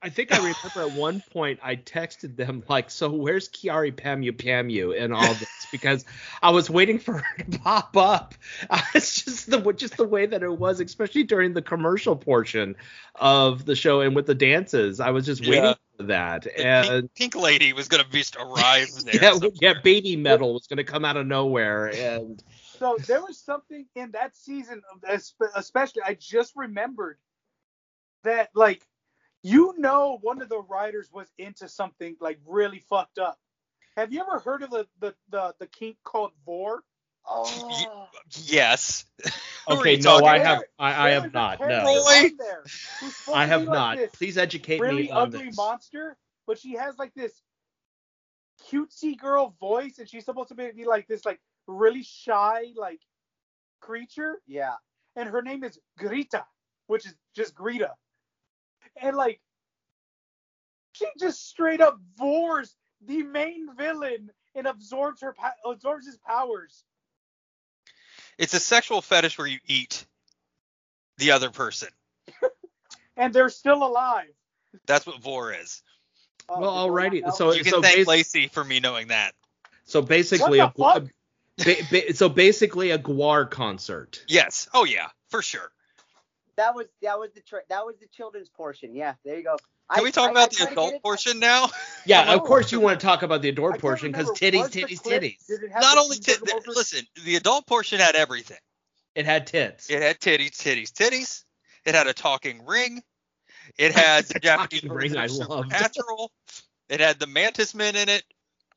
S2: I think I remember at one point I texted them like, "So where's Kiari Pamu Pamu and all this?" Because I was waiting for her to pop up. It's just the just the way that it was, especially during the commercial portion of the show and with the dances. I was just
S3: Yeah.
S2: waiting for that.
S3: The
S2: And
S3: pink, pink lady was gonna just arrive there.
S2: yeah,
S3: So-
S2: yeah, baby metal was gonna come out of nowhere. And
S10: So there was something in that season, of- espe- especially I just remembered that like you know one of the writers was into something like really fucked up. Have you ever heard of the the the, the kink called vor?
S5: Oh,
S3: yes. Who are
S2: okay,
S3: you
S2: no,
S3: talking
S2: I
S10: about?
S2: have I, I
S10: There
S2: have
S10: is a
S2: not.
S10: character
S2: No,
S10: on there who's supposed
S2: I
S10: to
S2: have
S10: be like
S2: not.
S10: this
S2: Please educate
S10: really
S2: me on
S10: ugly
S2: this.
S10: monster, but she has like this cutesy girl voice, and she's supposed to be, be like this like really shy like creature,
S5: yeah.
S10: and her name is Grita, which is just Greta, and like she just straight up vores the main villain and absorbs her po- absorbs his powers.
S3: It's a sexual fetish where you eat. the other person.
S10: and they're still alive.
S3: That's what Vor is.
S10: Uh,
S2: Well, alrighty. So
S3: you can
S2: so
S3: thank
S2: basi-
S3: Lacey for me knowing that.
S2: so basically a,
S10: What the fuck?
S2: ba- ba- so basically a Guar concert.
S3: Yes. Oh yeah, for sure.
S5: That was that was the tri- that that was the children's portion. Yeah, there you go.
S3: Can
S5: I-
S3: we talk
S5: I- I
S3: about
S5: tried
S3: the
S5: to get
S3: adult
S5: it-
S3: portion now?
S2: Yeah, of
S5: No.
S2: course you want to talk about the
S10: I
S2: adult
S10: can't
S2: portion because
S10: remember,
S2: titties,
S10: was the
S2: titties,
S10: clip-
S2: titties.
S10: did it have
S3: Not
S10: the
S3: only
S10: two
S3: t-
S10: verticals?
S3: listen, the adult portion had everything.
S2: It had tits.
S3: It had titties, titties, titties. It had a talking ring. It had the Japanese
S2: Talking ring
S3: version of
S2: I loved.
S3: Supernatural. It had the Mantis Men in it.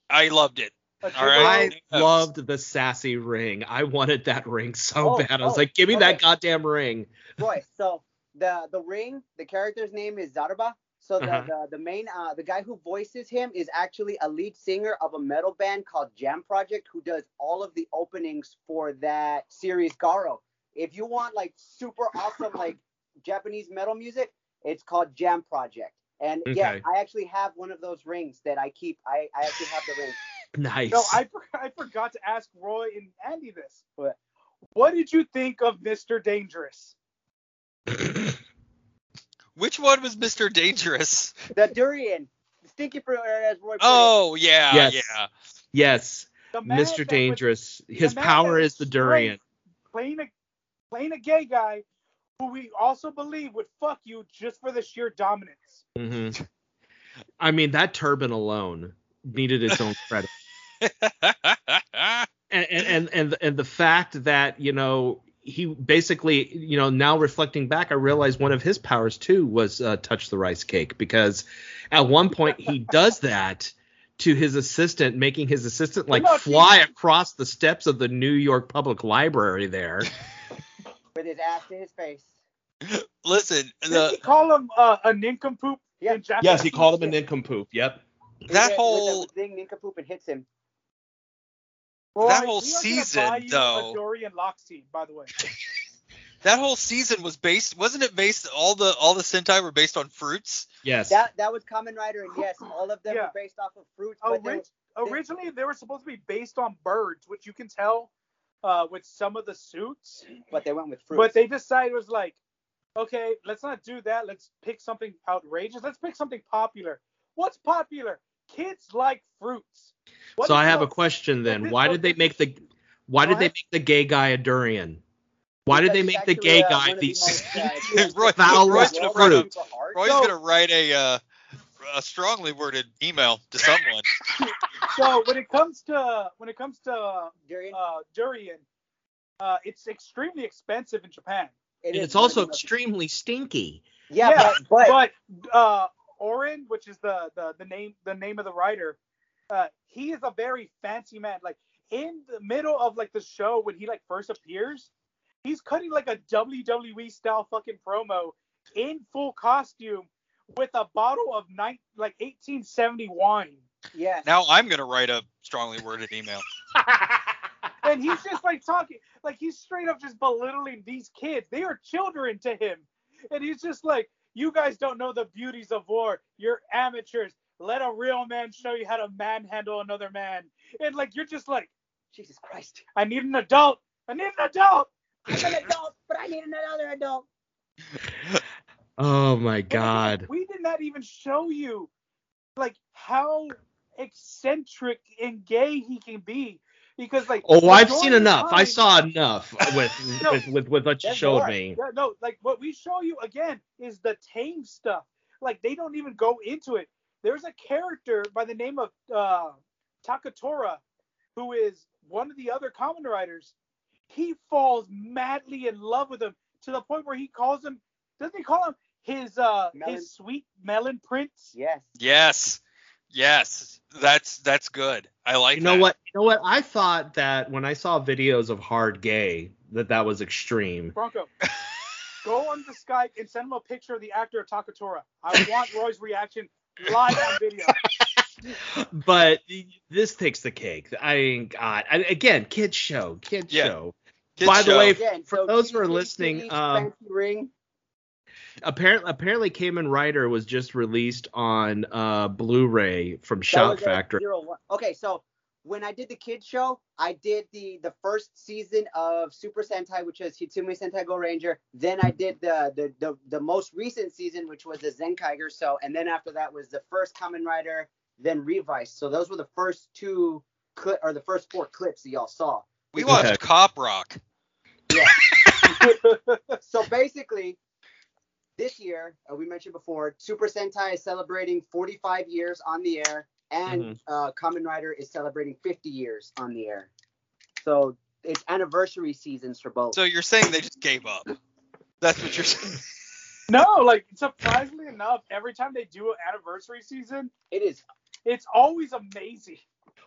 S3: I loved it.
S10: A
S3: All right.
S2: I loved the sassy ring. I wanted that ring so
S5: Oh,
S2: bad. I was
S5: oh,
S2: like, give me that
S5: okay.
S2: goddamn ring.
S5: Roy, so the the ring, the character's name is Zarba. So the,
S2: Uh-huh.
S5: the the main uh the guy who voices him is actually a lead singer of a metal band called Jam Project who does all of the openings for that series Garo. If you want like super awesome like Japanese metal music, it's called Jam Project. And yeah,
S2: Okay.
S5: I actually have one of those rings that I keep. I, I actually have the ring.
S2: Nice.
S10: No, I, for- I forgot to ask Roy and Andy this. But what did you think of Mr. Dangerous?
S3: Which one was Mr. Dangerous?
S5: The durian, the stinky fruit, or as Roy. put it,
S3: Oh yeah,
S2: Yes.
S3: yeah.
S2: yes,
S10: The man that
S2: Mr.
S10: with-
S2: Dangerous. His
S10: man
S2: power
S10: that
S2: is the
S10: was
S2: durian.
S10: Playing a playing a gay guy who we also believe would fuck you just for the sheer dominance.
S2: hmm I mean, that turban alone needed its own credit. and and and and, and the fact that you know he basically you know now reflecting back i realize one of his powers too was uh, touch the rice cake because at one point he does that to his assistant making his assistant like
S10: No, she-
S2: fly across the steps of the new york public library there
S5: With his ass to his face.
S3: Listen,
S10: Did
S3: the
S10: he call him uh, a nincompoop?
S5: Yeah.
S10: in Japanese?
S2: yes he called him a nincompoop yep
S5: With
S3: That
S5: it- with
S3: whole-
S5: the thing, nincompoop, and hits him.
S10: Roy,
S3: that whole
S10: we are gonna
S3: season,
S10: buy you
S3: though.
S10: A Dorian lock scene, by the way.
S3: that whole season was based wasn't it based all the all the Sentai were based on fruits?
S2: yes
S5: That that was Common Rider, and yes, all of them
S10: Yeah.
S5: were based off of fruits.
S10: Oh,
S5: But there
S10: Rich?
S5: was-
S10: Originally, they were supposed to be based on birds, which you can tell uh, with some of the suits.
S5: but they went with fruits.
S10: But they decided it was like, okay, let's not do that. Let's pick something outrageous. Let's pick something popular. What's popular? Kids like fruits. What
S2: so
S10: is
S2: i have a
S10: the-
S2: question
S10: what
S2: then
S10: is
S2: why
S10: the-
S2: did they make the why did
S10: What?
S2: they make the gay guy a durian why did they
S5: Because
S2: make the
S5: it's
S2: gay
S5: actually, uh,
S2: guy
S5: one of
S2: the
S5: most, uh,
S3: Roy-
S2: foul
S3: Roy's
S5: Roy's
S3: gonna
S2: fruit?
S5: people are.
S3: Roy's
S10: No.
S3: gonna write a uh, a strongly worded email to someone.
S10: So when it comes to when it comes to uh,
S5: Durian,
S10: durian, uh, it's extremely expensive in Japan.
S5: it
S2: And
S5: is
S2: it's
S5: one of
S2: also
S5: the most-
S2: extremely stinky.
S5: Yeah,
S10: Yeah,
S5: but, but,
S10: But uh, Orin, which is the, the the name the name of the writer, uh, he is a very fancy man. Like in the middle of like the show when he like first appears, he's cutting like a WWE style fucking promo in full costume with a bottle of nine like 1870 wine,
S5: yes.
S3: Now I'm gonna write a strongly worded email.
S10: and he's just like talking like he's straight up just belittling these kids. They are children to him, and he's just like, "You guys don't know the beauties of war. You're amateurs. Let a real man show you how to manhandle another man." And like you're just like,
S5: Jesus Christ.
S10: "I need an adult. I need an adult."
S5: I'm an adult, but I need another adult.
S2: Oh my
S10: And I'm like,
S2: god.
S10: we did not even show you like how eccentric and gay he can be because like
S2: Oh, I've
S10: majority
S2: seen
S10: of the
S2: enough. I
S10: time-
S2: saw enough with
S10: No,
S2: with, with with what you
S5: there's
S2: showed
S5: more.
S2: me.
S10: Yeah, no, like what we show you again is the tame stuff. Like they don't even go into it. There's a character by the name of uh, Takatora, who is one of the other common writers. He falls madly in love with him to the point where he calls him. Doesn't he call him his uh
S5: Melon.
S10: his sweet melon prince?
S5: Yes.
S3: Yes. Yes. That's that's good. I like
S2: You know
S3: that.
S2: what? You know what? I thought that when I saw videos of hard gay that that was extreme.
S10: Bronco, go on the Skype and send him a picture of the actor of Takatora. I want Roy's reaction live on video.
S2: But this takes the cake. I mean, God. I, again, kids show, kids
S3: Yeah.
S2: show.
S3: Kid
S2: By the
S3: show.
S2: way,
S5: Again,
S2: for
S5: so
S2: those who are
S5: TDT,
S2: listening,
S5: TDT,
S2: um,
S5: fancy ring.
S2: Apparently, apparently, Cayman Rider was just released on uh, Blu-ray from
S5: That
S2: Shout
S5: was a
S2: Factory.
S5: zero one. Okay, so when I did the kids show, I did the the first season of Super Sentai, which was Hitsumi Sentai Go Ranger. Then I did the the the, the most recent season, which was the Zenkaiger. So and then after that was the first Kamen Rider, then Revice. So those were the first two clip or the first four clips that y'all saw.
S3: We watched
S2: Okay.
S3: Cop Rock.
S5: so basically, this year, uh, we mentioned before, Super Sentai is celebrating 45 years on the air, and
S2: Mhm.
S5: uh, Kamen Rider is celebrating 50 years on the air. So it's anniversary seasons for both.
S3: So you're saying they just gave up? That's what you're saying.
S10: No, like surprisingly enough, every time they do an anniversary season,
S5: it is.
S10: it's always amazing.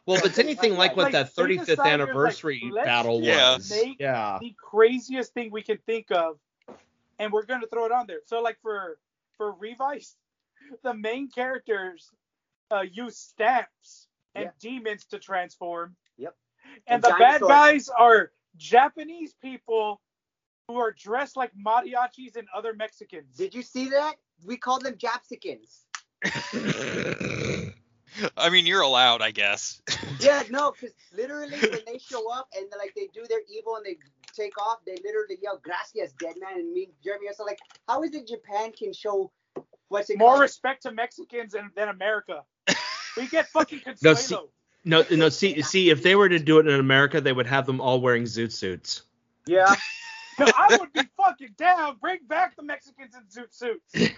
S2: Well, if it's anything like what
S10: Like,
S2: that
S10: they
S2: 35th
S10: decided,
S2: anniversary
S10: like, let's
S2: battle
S3: Yeah.
S2: was.
S10: make
S2: Yeah.
S10: the craziest thing we can think of, and we're gonna throw it on there. So like for for Revice, the main characters uh, use stamps and
S5: Yeah.
S10: demons to transform.
S5: Yep.
S10: And,
S5: And
S10: the
S5: dinosaurs.
S10: bad guys are Japanese people who are dressed like mariachis and other Mexicans.
S5: Did you see that? We called them Japsicans.
S3: I mean, you're allowed, I guess.
S5: yeah, no, because literally when they show up and they're like they do their evil and they take off, they literally yell "Gracias, dead man," and me and Jeremy are so like, how is it Japan can show what's it
S10: More
S5: called?
S10: respect to Mexicans than, than America. We get fucking
S2: No,
S10: Consuelo.
S2: see- No, no. See, see, if they were to do it in America, they would have them all wearing zoot suits.
S5: Yeah.
S10: No, I would be fucking down. Bring back the Mexicans in zoot suits.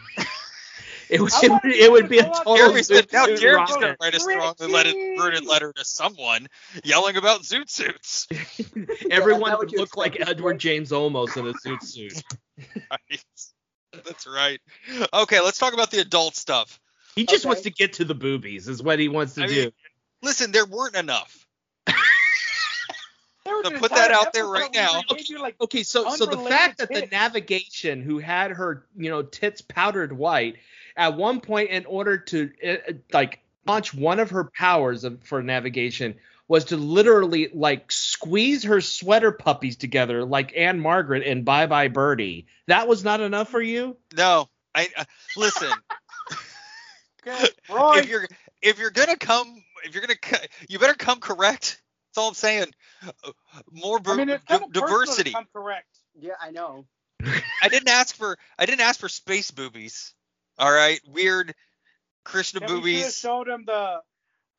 S2: It would,
S10: I wanna
S2: it would be a
S10: go out
S2: total
S10: there
S3: Jeremy
S10: and
S2: zoot
S3: said,
S10: Zoot
S3: now
S10: Suit
S2: suit
S3: Jeremy's
S2: rocket.
S10: Rock.
S3: gonna write a strong and let it, worded
S10: Ricky!
S3: letter to someone yelling about zoot suits.
S5: that's
S2: Everyone
S5: not
S2: would
S5: what you
S2: look like
S5: expect.
S2: Edward James Olmos in a zoot suit.
S3: Right. That's right. Okay, let's talk about the adult stuff.
S2: He just
S5: Okay.
S2: wants to get to the boobies, is what he wants to
S3: I
S2: do.
S3: mean, listen, there weren't enough.
S10: There was
S3: So
S10: an
S3: put that
S10: entire
S3: out there
S10: episode
S3: right
S10: where
S3: now.
S10: they gave you, like,
S2: okay, so so the
S10: Unrelated
S2: fact that the
S10: tits.
S2: navigation who had her you know tits powdered white at one point in order to uh, uh, like launch one of her powers of, for navigation was to literally like squeeze her sweater puppies together like Anne Margaret in Bye Bye Birdie. That was not enough for you?
S3: No, I uh, listen.
S10: okay,
S3: if
S10: Roy,
S3: you're if you're gonna come, if you're gonna, co- you better come correct. That's all I'm saying. Uh, More
S10: I mean,
S3: ver-
S10: it's kind
S3: d-
S10: of
S3: diversity.
S10: I'm correct.
S5: Yeah, I know.
S3: I didn't ask for I didn't ask for space boobies. All right, weird Krishna
S10: And we should have
S3: boobies.
S10: showed him the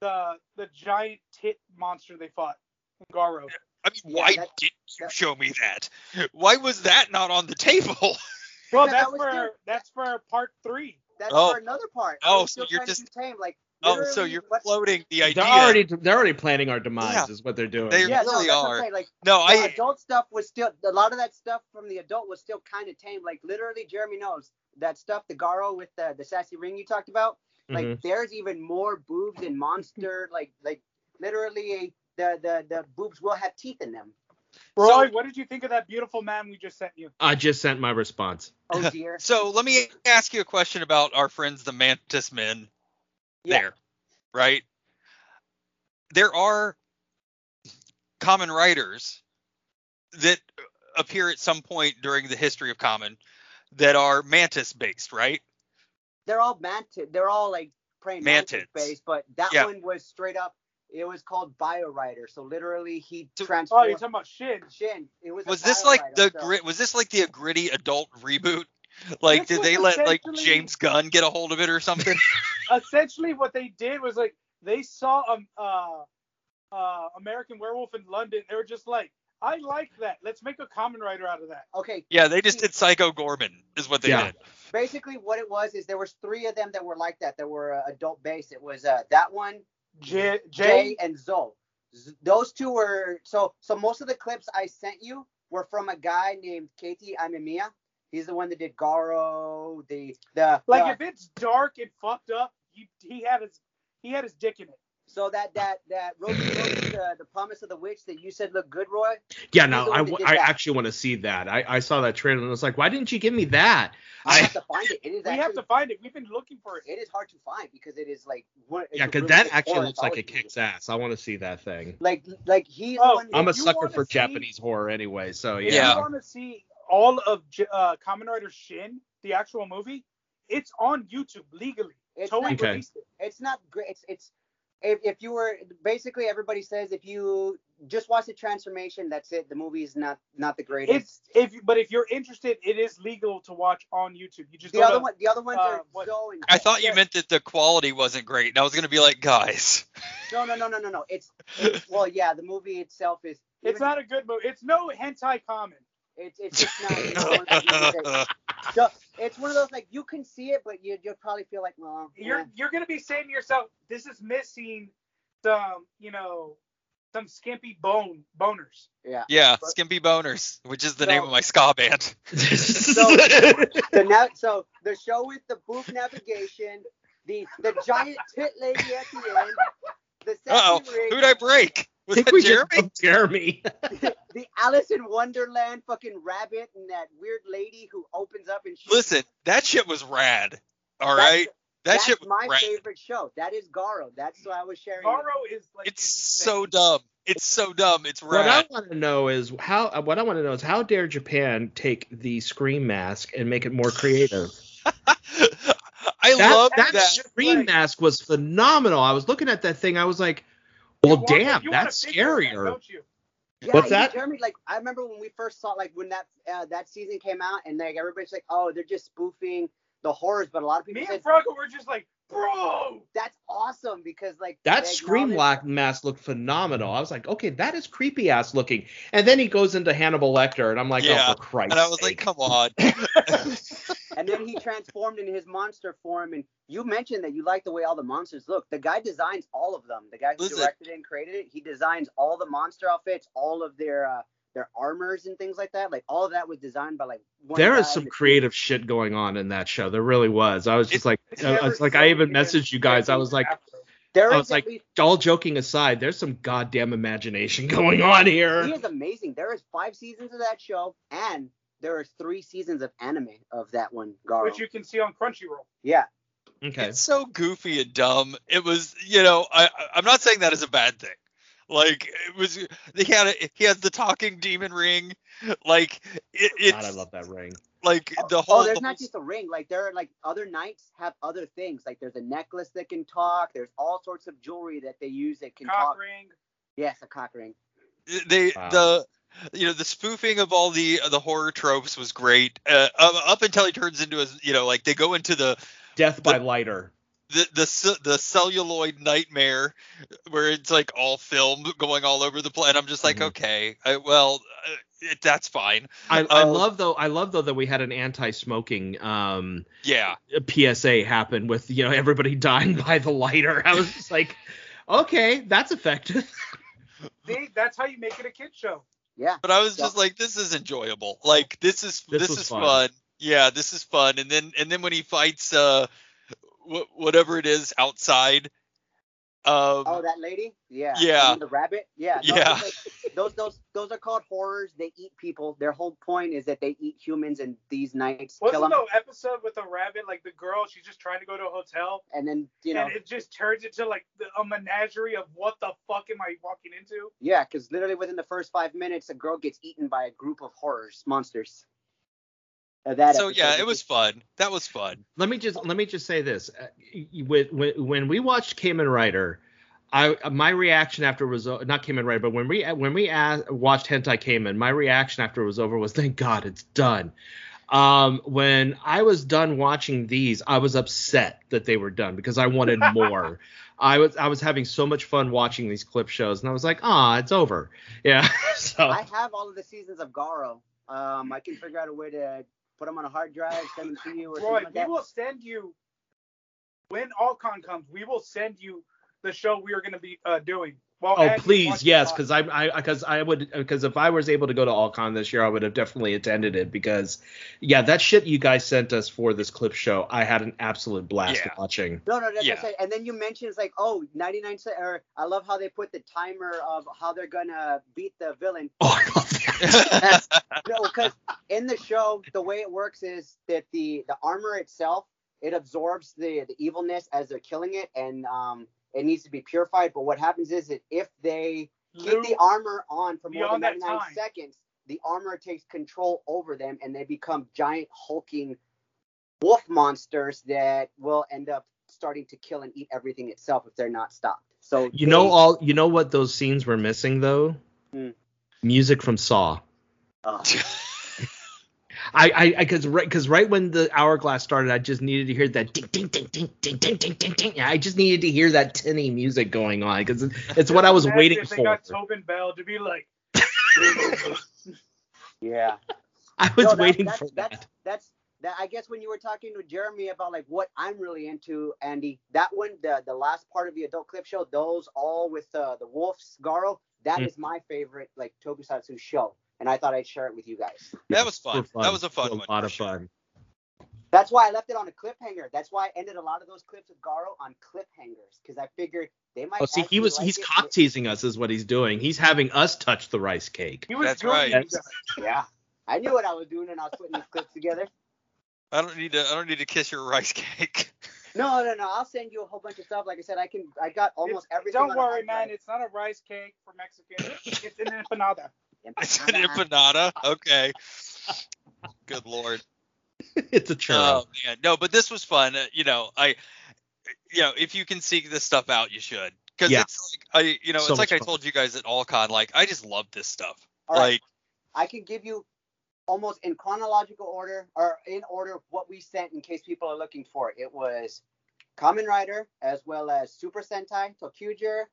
S10: the the giant tit monster they fought in Garo.
S3: I mean,
S5: Yeah,
S3: why
S5: that-
S3: didn't you
S5: that-
S3: show me that? Why was that not on the table?
S10: Well,
S5: that
S10: that's
S5: was
S10: for
S5: still-
S10: that's for part three.
S5: That's
S3: Oh.
S5: for another part. I
S3: Oh,
S5: was
S3: so
S5: still
S3: you're
S5: trying to
S3: just-
S5: contain, like
S3: Oh, so
S5: literally
S3: you're
S5: what-
S3: floating the idea.
S2: They're already they're already planning our demise
S3: Yeah.
S2: is what they're doing.
S3: They-
S5: yeah, no,
S3: really
S5: that's what
S3: are.
S5: I'm saying. Like
S3: no,
S5: the
S3: I
S5: adult stuff was still a lot of that stuff from the adult was still kind of tame. Like literally, Jeremy knows that stuff. The Garo with the the sassy ring you talked about. Like
S2: Mhm.
S5: there's even more boobs in Monster. like like literally a, the the the boobs will have teeth in them.
S10: Roy, what did you think of that beautiful man we just sent you?
S2: I just sent my response.
S5: Oh dear.
S3: so let me ask you a question about our friends the Mantis Men.
S5: Yeah.
S3: There, right? There are common writers that appear at some point during the history of common that are mantis based, right?
S5: They're all mantid. They're all like praying mantis
S3: Mantids.
S5: based, but that
S3: Yeah.
S5: one was straight up. It was called Bio Rider. So literally, he
S3: So-
S10: Oh,
S5: transformed.
S10: you're talking about Shin.
S5: Shin. It was. a
S3: Was this
S5: bio
S3: like
S5: writer,
S3: the
S5: so-
S3: grit? Was this like the uh, gritty adult reboot? Like,
S10: This
S3: did
S10: was
S3: they let like
S10: essentially-
S3: James Gunn get a hold of it or something?
S10: essentially what they did was like they saw um uh uh American Werewolf in London. They were just like, I like that. Let's make a common writer out of that.
S5: Okay,
S3: yeah, they just did Psycho Gorman, is what they
S2: Yeah.
S3: did.
S5: basically what it was is there was three of them that were like that that were uh, adult based it was uh, that one
S10: J
S5: jay
S10: Jay.
S5: and zoe Z- those two were so so most of the clips i sent you were from a guy named katie amemiya he's the one that did garo the the
S10: Like
S5: the-
S10: if it's dark and fucked up, he he had his he had his dick in it.
S5: so that that that Rosie, Rosie, the, the promise of the witch that you said looked good roy
S2: Yeah,
S5: He's the
S2: no,
S5: one
S2: I,
S5: that did
S2: I
S5: that.
S2: actually want to see that. I, I saw that trailer and I was like, why didn't you give me that?
S5: i
S2: I-
S5: have to find it it is
S10: We
S5: actually,
S10: have to find it. We've been looking for it.
S5: it is hard to find because it is like one it's
S2: Yeah,
S5: a
S2: because
S5: really
S2: that
S5: good
S2: actually
S5: horror
S2: looks like it
S5: anthology.
S2: kicks ass. I want to see that thing.
S5: like like he's
S10: Oh,
S5: the one that-
S2: I'm a
S10: you
S2: sucker
S10: wanna
S2: for
S10: see-
S2: Japanese horror anyway, so
S10: If
S2: yeah.
S10: you want to see all of J- uh Common Rider Shin, the actual movie, it's on YouTube legally.
S5: It's
S10: Toei
S5: not-
S2: Okay.
S10: released it.
S5: it's not great. It's it's if, if you were basically everybody says if you just watch the transformation, that's it. The movie is not not the greatest.
S10: It's if you- but if you're interested, it is legal to watch on YouTube. You just
S5: the
S10: go
S5: other
S10: to-
S5: one, the other ones
S10: uh,
S5: are
S10: what-
S5: so. Intense.
S3: I thought you meant that the quality wasn't great, and I was gonna be like, guys,
S5: No, no, no, no, no, no. It's, it's well, yeah. The movie itself is.
S10: It's not a good movie. It's no hentai common.
S5: It's it's just not. It's one, of those movies that- so, it's one of those like you can see it, but you you'll probably feel like, well,
S10: You're
S5: eh.
S10: you're gonna be saying to yourself, this is missing some you know some skimpy bone boners.
S5: yeah.
S3: yeah, Skimpy Boners, which is the name
S5: No.
S3: of my ska band.
S5: So the na- so the show with the booth navigation, the the giant tit lady at the end, the
S3: Uh oh,
S5: sexy ring,
S3: who'd I break?
S2: I
S3: Was
S2: think
S3: that
S2: we
S3: Jeremy?
S2: just bumped Jeremy.
S5: the Alice in Wonderland fucking rabbit, and that weird lady who opens up and shoots.
S3: Listen, that shit was rad. All
S5: That's-
S3: right, that
S5: that's
S3: shit was
S5: my
S3: rad.
S5: favorite show. That is Garo. That's what I was sharing. with-
S10: Garo is like
S3: It's so dumb. It's so dumb. It's
S2: What I
S3: rad.
S2: want to know is how. uh, What I want to know is how dare Japan take the scream mask and make it more creative?
S3: I
S2: That,
S3: love
S2: that,
S3: that.
S2: scream
S10: like-
S2: mask was phenomenal. I was looking at that thing. I was like,
S10: You
S2: well,
S10: want-
S2: damn,
S10: you want a
S2: that's
S10: picture of that,
S2: scarier.
S10: don't you?
S5: Yeah,
S2: What's
S5: you-
S2: that?
S5: Jeremy, like I remember when we first saw like when that uh, that season came out, and like everybody's like, oh, they're just spoofing the horrors, but a lot of people
S10: Me
S5: said
S10: and Franco were just like, bro.
S5: that's awesome because like
S2: That
S5: they
S2: scream
S5: acknowledge-
S2: lock mask looked phenomenal. I was like, okay, that is creepy ass looking. And then he goes into Hannibal Lecter, and I'm like,
S3: Yeah.
S2: oh, for Christ's
S3: And I was like,
S2: sake.
S3: come on.
S5: and then he transformed into his monster form. And you mentioned that you like the way all the monsters look. The guy designs all of them. The guy who
S3: Listen.
S5: directed it and created it, he designs all the monster outfits, all of their uh, their armors and things like that. Like all of that was designed by like one
S2: there
S5: guy
S2: is some
S5: that-
S2: creative shit going on in that show. There really was. I was just
S3: It's-
S2: like,
S10: It's
S2: I
S10: never
S2: was like,
S10: so
S2: I even
S10: good as
S2: messaged you guys. I was like,
S10: Afro.
S5: There
S2: I
S5: is
S2: was
S5: at
S2: like,
S5: least-
S2: all joking aside, there's some goddamn imagination going on
S5: he
S2: here.
S5: is amazing. There is five seasons of that show, and there is three seasons of anime of that one. Garo.
S10: which you can see on Crunchyroll.
S5: yeah,
S2: Okay.
S3: It's so goofy and dumb. It was, you know, I I- I'm not saying that is a bad thing. Like it was, they had a, he has the talking demon ring. Like it, it's
S2: God, I love that ring.
S3: like the whole.
S5: Oh, there's
S3: the
S5: not
S3: whole-
S5: just a ring. Like there are like other knights have other things. Like there's a necklace that can talk. There's all sorts of jewelry that they use that can
S10: Cock
S5: talk.
S10: ring.
S5: Yes, a cock ring.
S3: they
S2: Wow.
S3: the you know the spoofing of all the the horror tropes was great uh, up up until he turns into a you know like they go into the
S2: Death by lighter.
S3: the the ce- the celluloid nightmare where it's like all film going all over the place. And I'm just like,
S2: Mhm.
S3: okay, I, well, uh, it, that's fine.
S2: I, I
S3: Um,
S2: love though. I love though that we had an anti-smoking um,
S3: Yeah,
S2: PSA happen with you know everybody dying by the lighter. I was just like, okay, that's effective.
S10: See, that's how you make it a kid show.
S5: Yeah.
S3: but I was
S5: Yeah.
S3: just like, this is enjoyable. Like this is
S2: This
S3: this,
S2: was
S3: is
S2: fun.
S3: fun. Yeah, this is fun. And then and then when he fights uh wh- whatever it is outside, um,
S5: Oh, that lady. Yeah.
S3: Yeah.
S5: And The rabbit. Yeah. no,
S3: Yeah.
S5: because Those those those are called horrors. They eat people. Their whole point is that they eat humans, and these knights kill
S10: Wasn't
S5: them.
S10: the episode with the rabbit like the girl? She's just trying to go to a hotel,
S5: And then you know.
S10: and it just turns into like the, a menagerie of what the fuck am I walking into?
S5: Yeah, because literally within the first five minutes, a girl gets eaten by a group of horrors, monsters. Uh, that
S3: so
S5: episode
S3: yeah, it
S5: was
S3: was
S5: just-
S3: fun. That was fun.
S2: let me just let me just say this Uh, y- with when, when we watched Kamen Rider I my reaction after it was o- not Kamen Rider but when we uh, when we a watched Hentai Kamen my reaction after it was over was thank god it's done um when I was done watching these I was upset that they were done because I wanted more I was I was having so much fun watching these clip shows and I was like ah it's over yeah so
S5: I have all of the seasons of Garo. Um, I can figure out a way to put them on a hard drive, send them to you, or
S10: Roy,
S5: something like
S10: we
S5: that.
S10: will send you when Alcon comes. We will send you the show we are going to be uh, doing. Well,
S2: Oh please, yes, because I, I, because I would, because if I was able to go to AllCon this year, I would have definitely attended it. Because, yeah, that shit you guys sent us for this clip show, I had an absolute blast
S3: Yeah.
S2: watching.
S5: No, no, that's what
S3: Yeah.
S5: I said. And then you mentioned it's like, oh, 99 cent, or I love how they put the timer of how they're gonna beat the villain.
S2: Oh, I love that.
S5: No, because in the show, the way it works is that the the armor itself it absorbs the the evilness as they're killing it, and um it needs to be purified. But what happens is that if they keep the armor on for more than
S10: beyond that
S5: 99
S10: time.
S5: seconds, the armor takes control over them, and they become giant hulking wolf monsters that will end up starting to kill and eat everything itself if they're not stopped. So
S2: You know all you know what those scenes were missing though?
S5: Hmm.
S2: Music from Saw.
S5: Oh.
S2: I I because right because right when the hourglass started, I just needed to hear that ding ding ding ding ding ding ding ding ding. I just needed to hear that tinny music going on because it's what I was
S10: Imagine
S2: waiting
S10: if They
S2: for.
S10: got Tobin Bell to be like,
S5: yeah.
S2: I was
S5: No, that-
S2: waiting
S5: that's,
S2: for that.
S5: that's, That's that. I guess when you were talking to Jeremy about like what I'm really into, Andy, that one, the the last part of the adult clip show, those all with uh, the wolf's Garo, that is
S2: Mm.
S5: my favorite like Tokusatsu show, and I thought I'd share it with you guys.
S3: That was
S2: For
S3: fun. That was a fun
S2: a
S3: one.
S2: lot
S3: for
S2: of
S3: sure.
S2: fun.
S5: That's why I left it on a cliffhanger. That's why I ended a lot of those clips of Garo on cliffhangers because I figured they might.
S2: Oh, see, he
S5: actually
S2: was
S5: like
S2: he's
S5: it.
S2: cock teasing us is what he's doing. He's having us touch the rice cake.
S10: he was
S3: That's
S10: good.
S3: right.
S10: you guys.
S5: Yeah, I knew what I was doing, and I was putting these clips together.
S3: I don't need to. I don't need to kiss your rice cake.
S5: No, no, no. I'll send you a whole bunch of stuff. Like I said, I can. I got almost
S10: It's-
S5: everything.
S10: Don't worry, man. It's not a rice cake for Mexicans. it's an empanada.
S3: It's an empanada. Okay. Good lord.
S2: it's a churro.
S3: Oh man, no, but this was fun. Uh, you know, I, you know, if you can seek this stuff out, you should, because
S2: Yeah.
S3: it's like I, you know,
S2: So
S3: it's like
S2: much
S3: I
S2: fun.
S3: told you guys at AllCon, like I just love this stuff.
S5: All right.
S3: Like
S5: I can give you almost in chronological order or in order of what we sent in case people are looking for it. It was Kamen Rider as well as Super Sentai, Tokuger,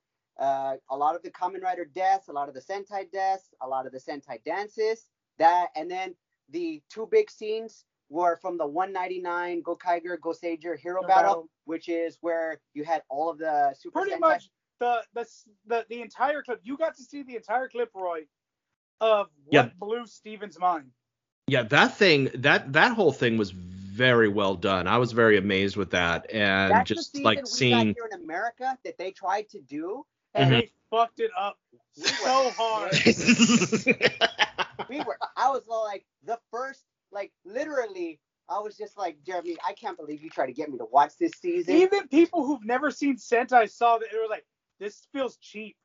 S5: uh, a lot of the Kamen Rider deaths, a lot of the Sentai deaths, a lot of the Sentai dances. That and then the two big scenes were from the 199 Go Kiger, Go Sager Hero
S10: Hero
S5: Battle,
S10: Battle.
S5: which is where you had all of the Super
S10: Pretty
S5: Sentai.
S10: much the, the s- the the entire clip. You got to see the entire clip, Roy, of what
S2: Yeah.
S10: blew Steven's mind.
S2: Yeah, that thing that that whole thing was very well done. I was very amazed with that and
S5: That's the
S2: just
S5: season
S2: like
S5: we
S2: seeing
S5: got here in America that they tried to do.
S10: And
S2: Mhm.
S10: they fucked it up so hard.
S5: we were i was all like the first like literally i was just like jeremy i can't believe you tried to get me to watch this season
S10: Even people who've never seen Sentai saw that. They were like, this feels cheap.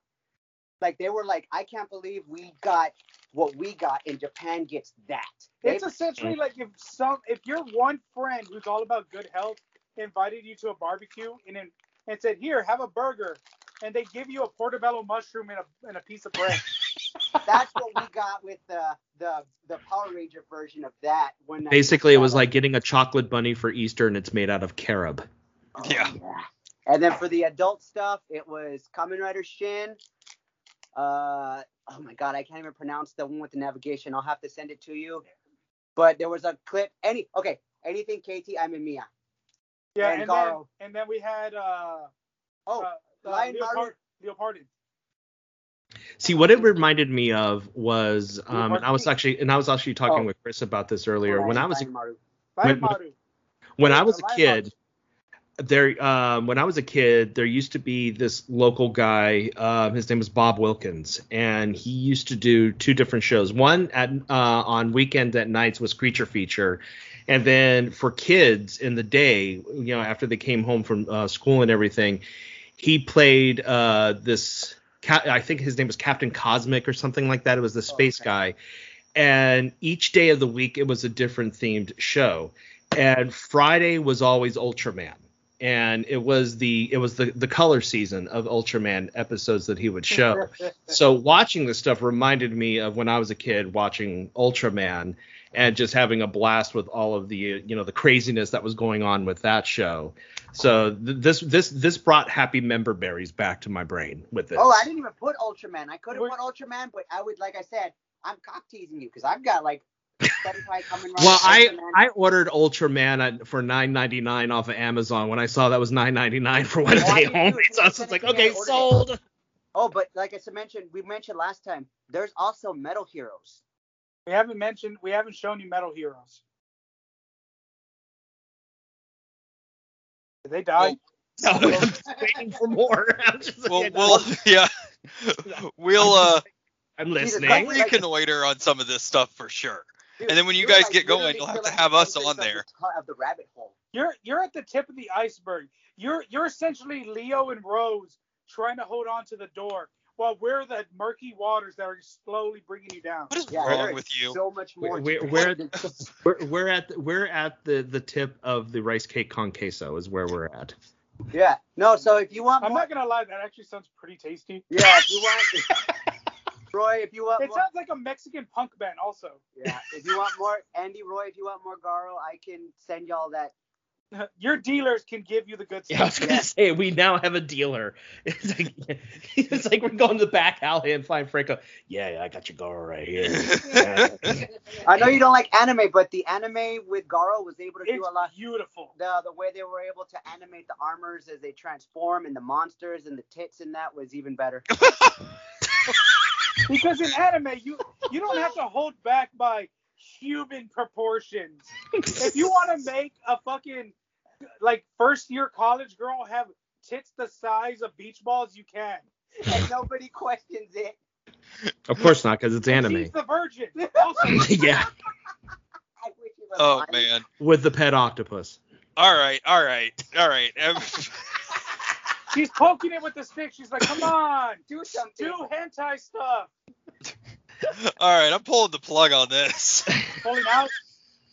S5: like they were like i can't believe we got what we got and japan gets that They-
S10: It's essentially like if some if your one friend who's all about good health invited you to a barbecue and then- and said, "Here, have a burger," and they give you a portobello mushroom and a and a piece of bread.
S5: that's what we got with the the the power ranger version of that when uh, I-
S2: basically it was like getting a chocolate bunny for Easter and it's made out of carob.
S5: Oh,
S3: Yeah.
S5: and then for the adult stuff it was kamen rider shin uh oh my god i can't even pronounce the one with the navigation i'll have to send it to you but there was a clip any okay anything kt i'm in mia
S10: Yeah,
S5: And
S10: and, then
S5: Garo.
S10: and then we had uh,
S5: oh
S10: uh, uh
S5: Lion
S10: Leopard, Leopardin.
S2: See what it reminded me of was um
S10: pardon
S2: and I was
S10: me?
S2: actually and I was actually talking
S5: Oh.
S2: with Chris about this earlier. When I was a
S5: Maru.
S2: When-
S10: Lionmaru.
S2: when I
S10: Yeah,
S2: was
S10: Lion
S2: a kid, there um, when I was a kid, there used to be this local guy. Uh, his name was Bob Wilkins, and he used to do two different shows. One at uh, on weekends at nights was Creature Feature, and then for kids in the day, you know, after they came home from uh, school and everything, he played uh, this. Ca- I think his name was Captain Cosmic or something like that. It was the space guy, and each day of the week it was a different themed show and Friday was always Ultraman. And it was the it was the the color season of Ultraman episodes that he would show. so watching this stuff reminded me of when I was a kid watching Ultraman and just having a blast with all of the you know the craziness that was going on with that show. So th- this this this brought happy member berries back to my brain with this.
S5: Oh, I didn't even put Ultraman. I could have
S10: We're-
S5: put Ultraman, but I would, like I said, I'm cock teasing you because I've got like Sentai coming right.
S2: Well, I
S5: Ultraman.
S2: I ordered Ultraman at, for nine ninety nine off of Amazon. When I saw that was nine ninety nine for
S5: Well, I
S2: Wednesday
S5: did
S2: home,
S5: too.
S2: so
S5: As soon
S2: I
S5: as
S2: was just
S5: I
S2: like,
S5: sent it to
S2: okay,
S5: you, I ordered it.
S2: sold.
S5: Oh, but like I said, mentioned we mentioned last time. There's also Metal Heroes.
S10: We haven't mentioned we haven't shown you Metal Heroes. Did they die?
S2: No, I'm waiting for more. I'm, just like,
S3: Well,
S2: yeah,
S3: we'll yeah, we'll uh,
S2: I'm
S5: Jesus
S2: listening.
S5: Christ.
S3: we'll reconnoiter on some of this stuff for sure.
S5: Dude,
S3: And then when you
S5: you're,
S3: guys
S5: like,
S3: get going,
S5: literally
S3: you'll have
S5: still
S3: to
S5: at
S3: have
S5: the
S3: us
S5: entrance
S3: on
S5: of the
S3: there.
S5: tu- of the rabbit hole.
S10: You're you're at the tip of the iceberg. You're you're essentially Leo and Rose trying to hold on to the door while we're the murky waters that are slowly bringing you down.
S3: What is
S5: Yeah, there
S3: wrong
S5: is
S3: with you?
S5: So much more.
S2: We're, we're, we're, at, we're, we're at the, we're at the the tip of the rice cake con queso is where we're at.
S5: Yeah. No, so if you want
S10: I'm
S5: more,
S10: not gonna lie, that actually sounds pretty tasty.
S5: yeah, if you want Roy, if you want
S10: It
S5: more,
S10: sounds like a Mexican punk band, also.
S5: yeah, if you want more Andy Roy, if you want more Garo, I can send y'all that.
S10: Your dealers can give you the good
S2: Yeah, I was
S10: stuff.
S2: gonna say we now have a dealer. It's like it's like we're going to the back alley and find Franco. Yeah, yeah, I got your girl right here. Yeah.
S5: I know you don't like anime, but the anime with Garo was able to do
S10: It's
S5: a lot.
S10: beautiful.
S5: The, the way they were able to animate the armors as they transform and the monsters and the tits and that was even better.
S10: Because in anime, you you don't have to hold back by human proportions. If you want to make a fucking like first year college girl have tits the size of beach balls, you can.
S5: and nobody questions it.
S2: Of course not, because it's
S10: She's
S2: anime.
S10: the virgin. Also,
S2: yeah,
S5: I wish it was
S3: oh
S5: mine.
S3: man.
S2: with the pet octopus.
S3: All right, all right, all right. Um,
S10: she's poking it with the stick. She's like, "Come on,
S5: Do something.
S10: do hentai stuff."
S3: all right, I'm pulling the plug on this.
S10: Pulling out.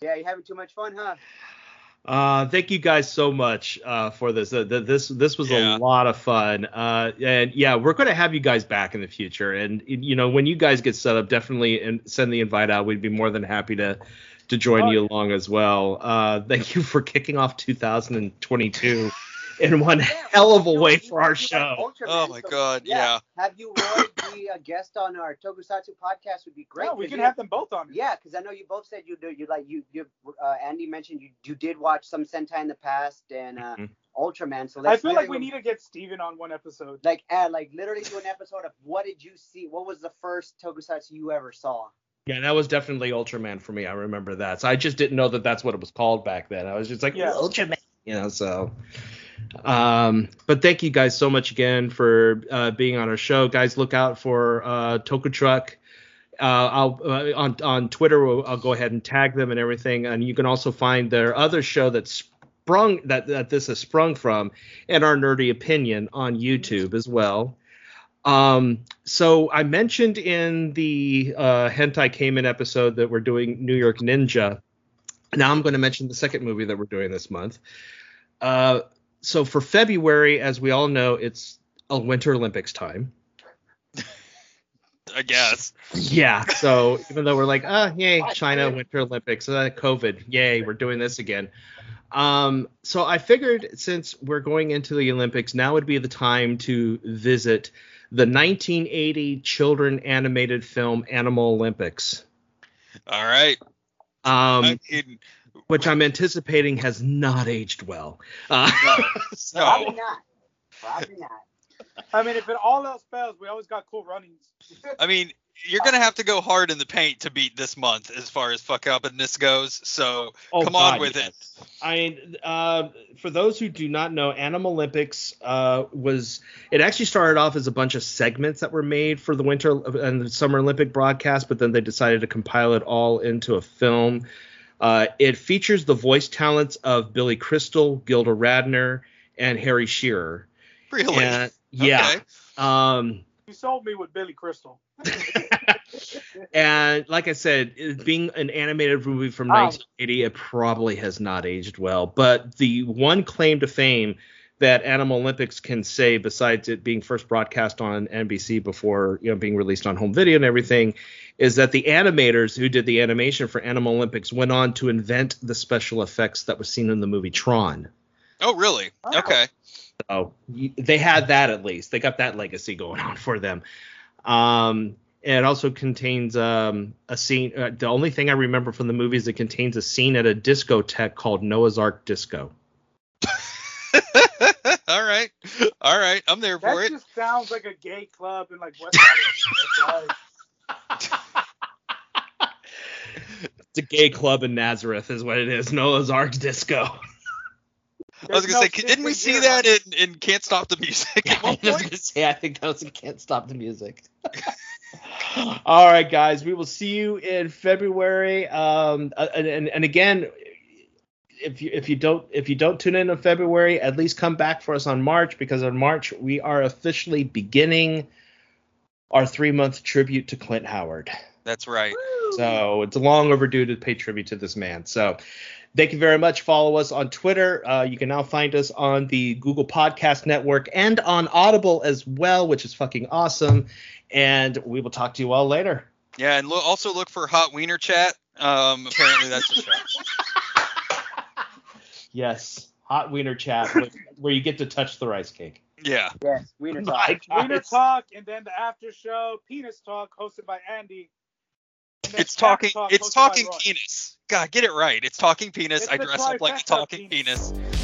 S5: Yeah, you're having too much fun, huh?
S2: Uh, thank you guys so much uh, for this. Uh, th- this this was a
S3: Yeah.
S2: lot of fun. Uh, and yeah, we're gonna have you guys back in the future. And you know, when you guys get set up, definitely and send the invite out. We'd be more than happy to to join
S10: Oh,
S2: you along as well. Uh, thank you for kicking off 2022 in one hell of a
S5: No,
S2: way
S5: you-
S2: for our
S5: you like
S2: show.
S5: Ultraman,
S3: Oh my
S5: so-
S3: god, yeah.
S5: Have you Roy be a guest on our Tokusatsu podcast would be great.
S10: Yeah, we
S5: 'cause
S10: can
S5: you-
S10: have them both on. it.
S5: Yeah, because I know you both said you do. You like you. you uh, Andy mentioned you. You did watch some Sentai in the past and uh,
S3: Mm-hmm.
S2: Mhm.
S5: Ultraman. So
S10: I
S5: let's
S10: feel like
S5: literally-
S10: we need to get Steven on one episode.
S5: like add like literally do an episode of what did you see? What was the first Tokusatsu you ever saw?
S2: Yeah, that was definitely Ultraman for me. I remember that. So I just didn't know that that's what it was called back then. I was just like,
S10: Yeah.
S2: Ultraman, you know. So, um, but thank you guys so much again for uh, being on our show, guys. Look out for uh, Toku Truck. Uh, I'll uh, on on Twitter. We'll, I'll go ahead and tag them and everything. And you can also find their other show that's sprung that that this has sprung from, and our nerdy opinion on YouTube as well. Um, so I mentioned in the uh, Hentai Cayman episode that we're doing New York Ninja. Now I'm going to mention the second movie that we're doing this month. Uh, so for February, as we all know, it's a Winter Olympics time.
S3: I guess.
S2: Yeah. So even though we're like, ah, yay, China Winter Olympics, uh, COVID, yay, we're doing this again. Um, so I figured since we're going into the Olympics, now would be the time to visit the 1980 children animated film Animal Olympics,
S3: All right. I
S2: um,
S3: mean,
S2: which I'm anticipating has not aged well. Uh,
S5: Probably
S3: no.
S5: not. Probably not.
S10: I mean, if it all else fails, we always got cool runnings.
S3: I mean, you're gonna have to go hard in the paint to beat this month as far as fuck up and this goes. So
S2: Oh,
S3: come on
S2: God,
S3: with
S2: yes.
S3: it.
S2: I mean, uh, for those who do not know, Animal Olympics uh, was it actually started off as a bunch of segments that were made for the winter and the summer Olympic broadcast, but then they decided to compile it all into a film. Uh, it features the voice talents of Billy Crystal, Gilda Radner, and Harry Shearer.
S3: Really?
S2: And, yeah.
S3: Okay.
S2: Um,
S10: You sold me with Billy Crystal.
S2: and like I said, it being an animated movie from
S10: Oh.
S2: 1980, it probably has not aged well. But the one claim to fame that Animal Olympics can say, besides it being first broadcast on NBC before you know being released on home video and everything, is that the animators who did the animation for Animal Olympics went on to invent the special effects that was seen in the movie Tron.
S3: Oh really?
S10: Oh.
S3: Okay.
S2: Oh, y- they had that at least. They got that legacy going on for them. Um, it also contains um, a scene. Uh, the only thing I remember from the movie is it contains a scene at a discotheque called Noah's Ark Disco.
S3: all right. All right. I'm there for
S10: That
S3: it.
S10: just sounds like a gay club in like West Hollywood. That's
S2: It's a gay club in Nazareth, is what it is. Noah's Ark Disco.
S10: right.
S3: I was
S10: There's
S3: gonna
S10: no
S3: say, c- didn't we
S10: six in
S3: see
S10: here.
S3: that in, in Can't Stop the Music at one
S2: I was
S3: point?
S2: gonna say, I think that was can't stop the music. All right, guys, we will see you in February. Um, uh, and, and and again, if you if you don't if you don't tune in in February, at least come back for us on March because on March we are officially beginning our three month tribute to Clint Howard.
S3: That's right.
S2: So it's long overdue to pay tribute to this man. So thank you very much. Follow us on Twitter. Uh, you can now find us on the Google Podcast Network and on Audible as well, which is fucking awesome. And we will talk to you all later.
S3: Yeah, and lo- also look for Hot Wiener Chat. Um, apparently that's a show.
S2: Yes, hot wiener chat where- where you get to touch the rice cake.
S3: Yeah.
S5: Yes, wiener
S2: My
S5: talk.
S2: God.
S10: Wiener Talk, and then the after show, Penis Talk, hosted by Andy. And then
S3: It's talking.
S10: Tap Talk,
S3: It's
S10: hosted by
S3: talking
S10: Roy.
S3: penis. God, get it right. It's talking penis.
S10: It's
S3: I
S10: the
S3: dress up like a
S10: trifecta of
S3: talking
S10: penis.
S3: penis.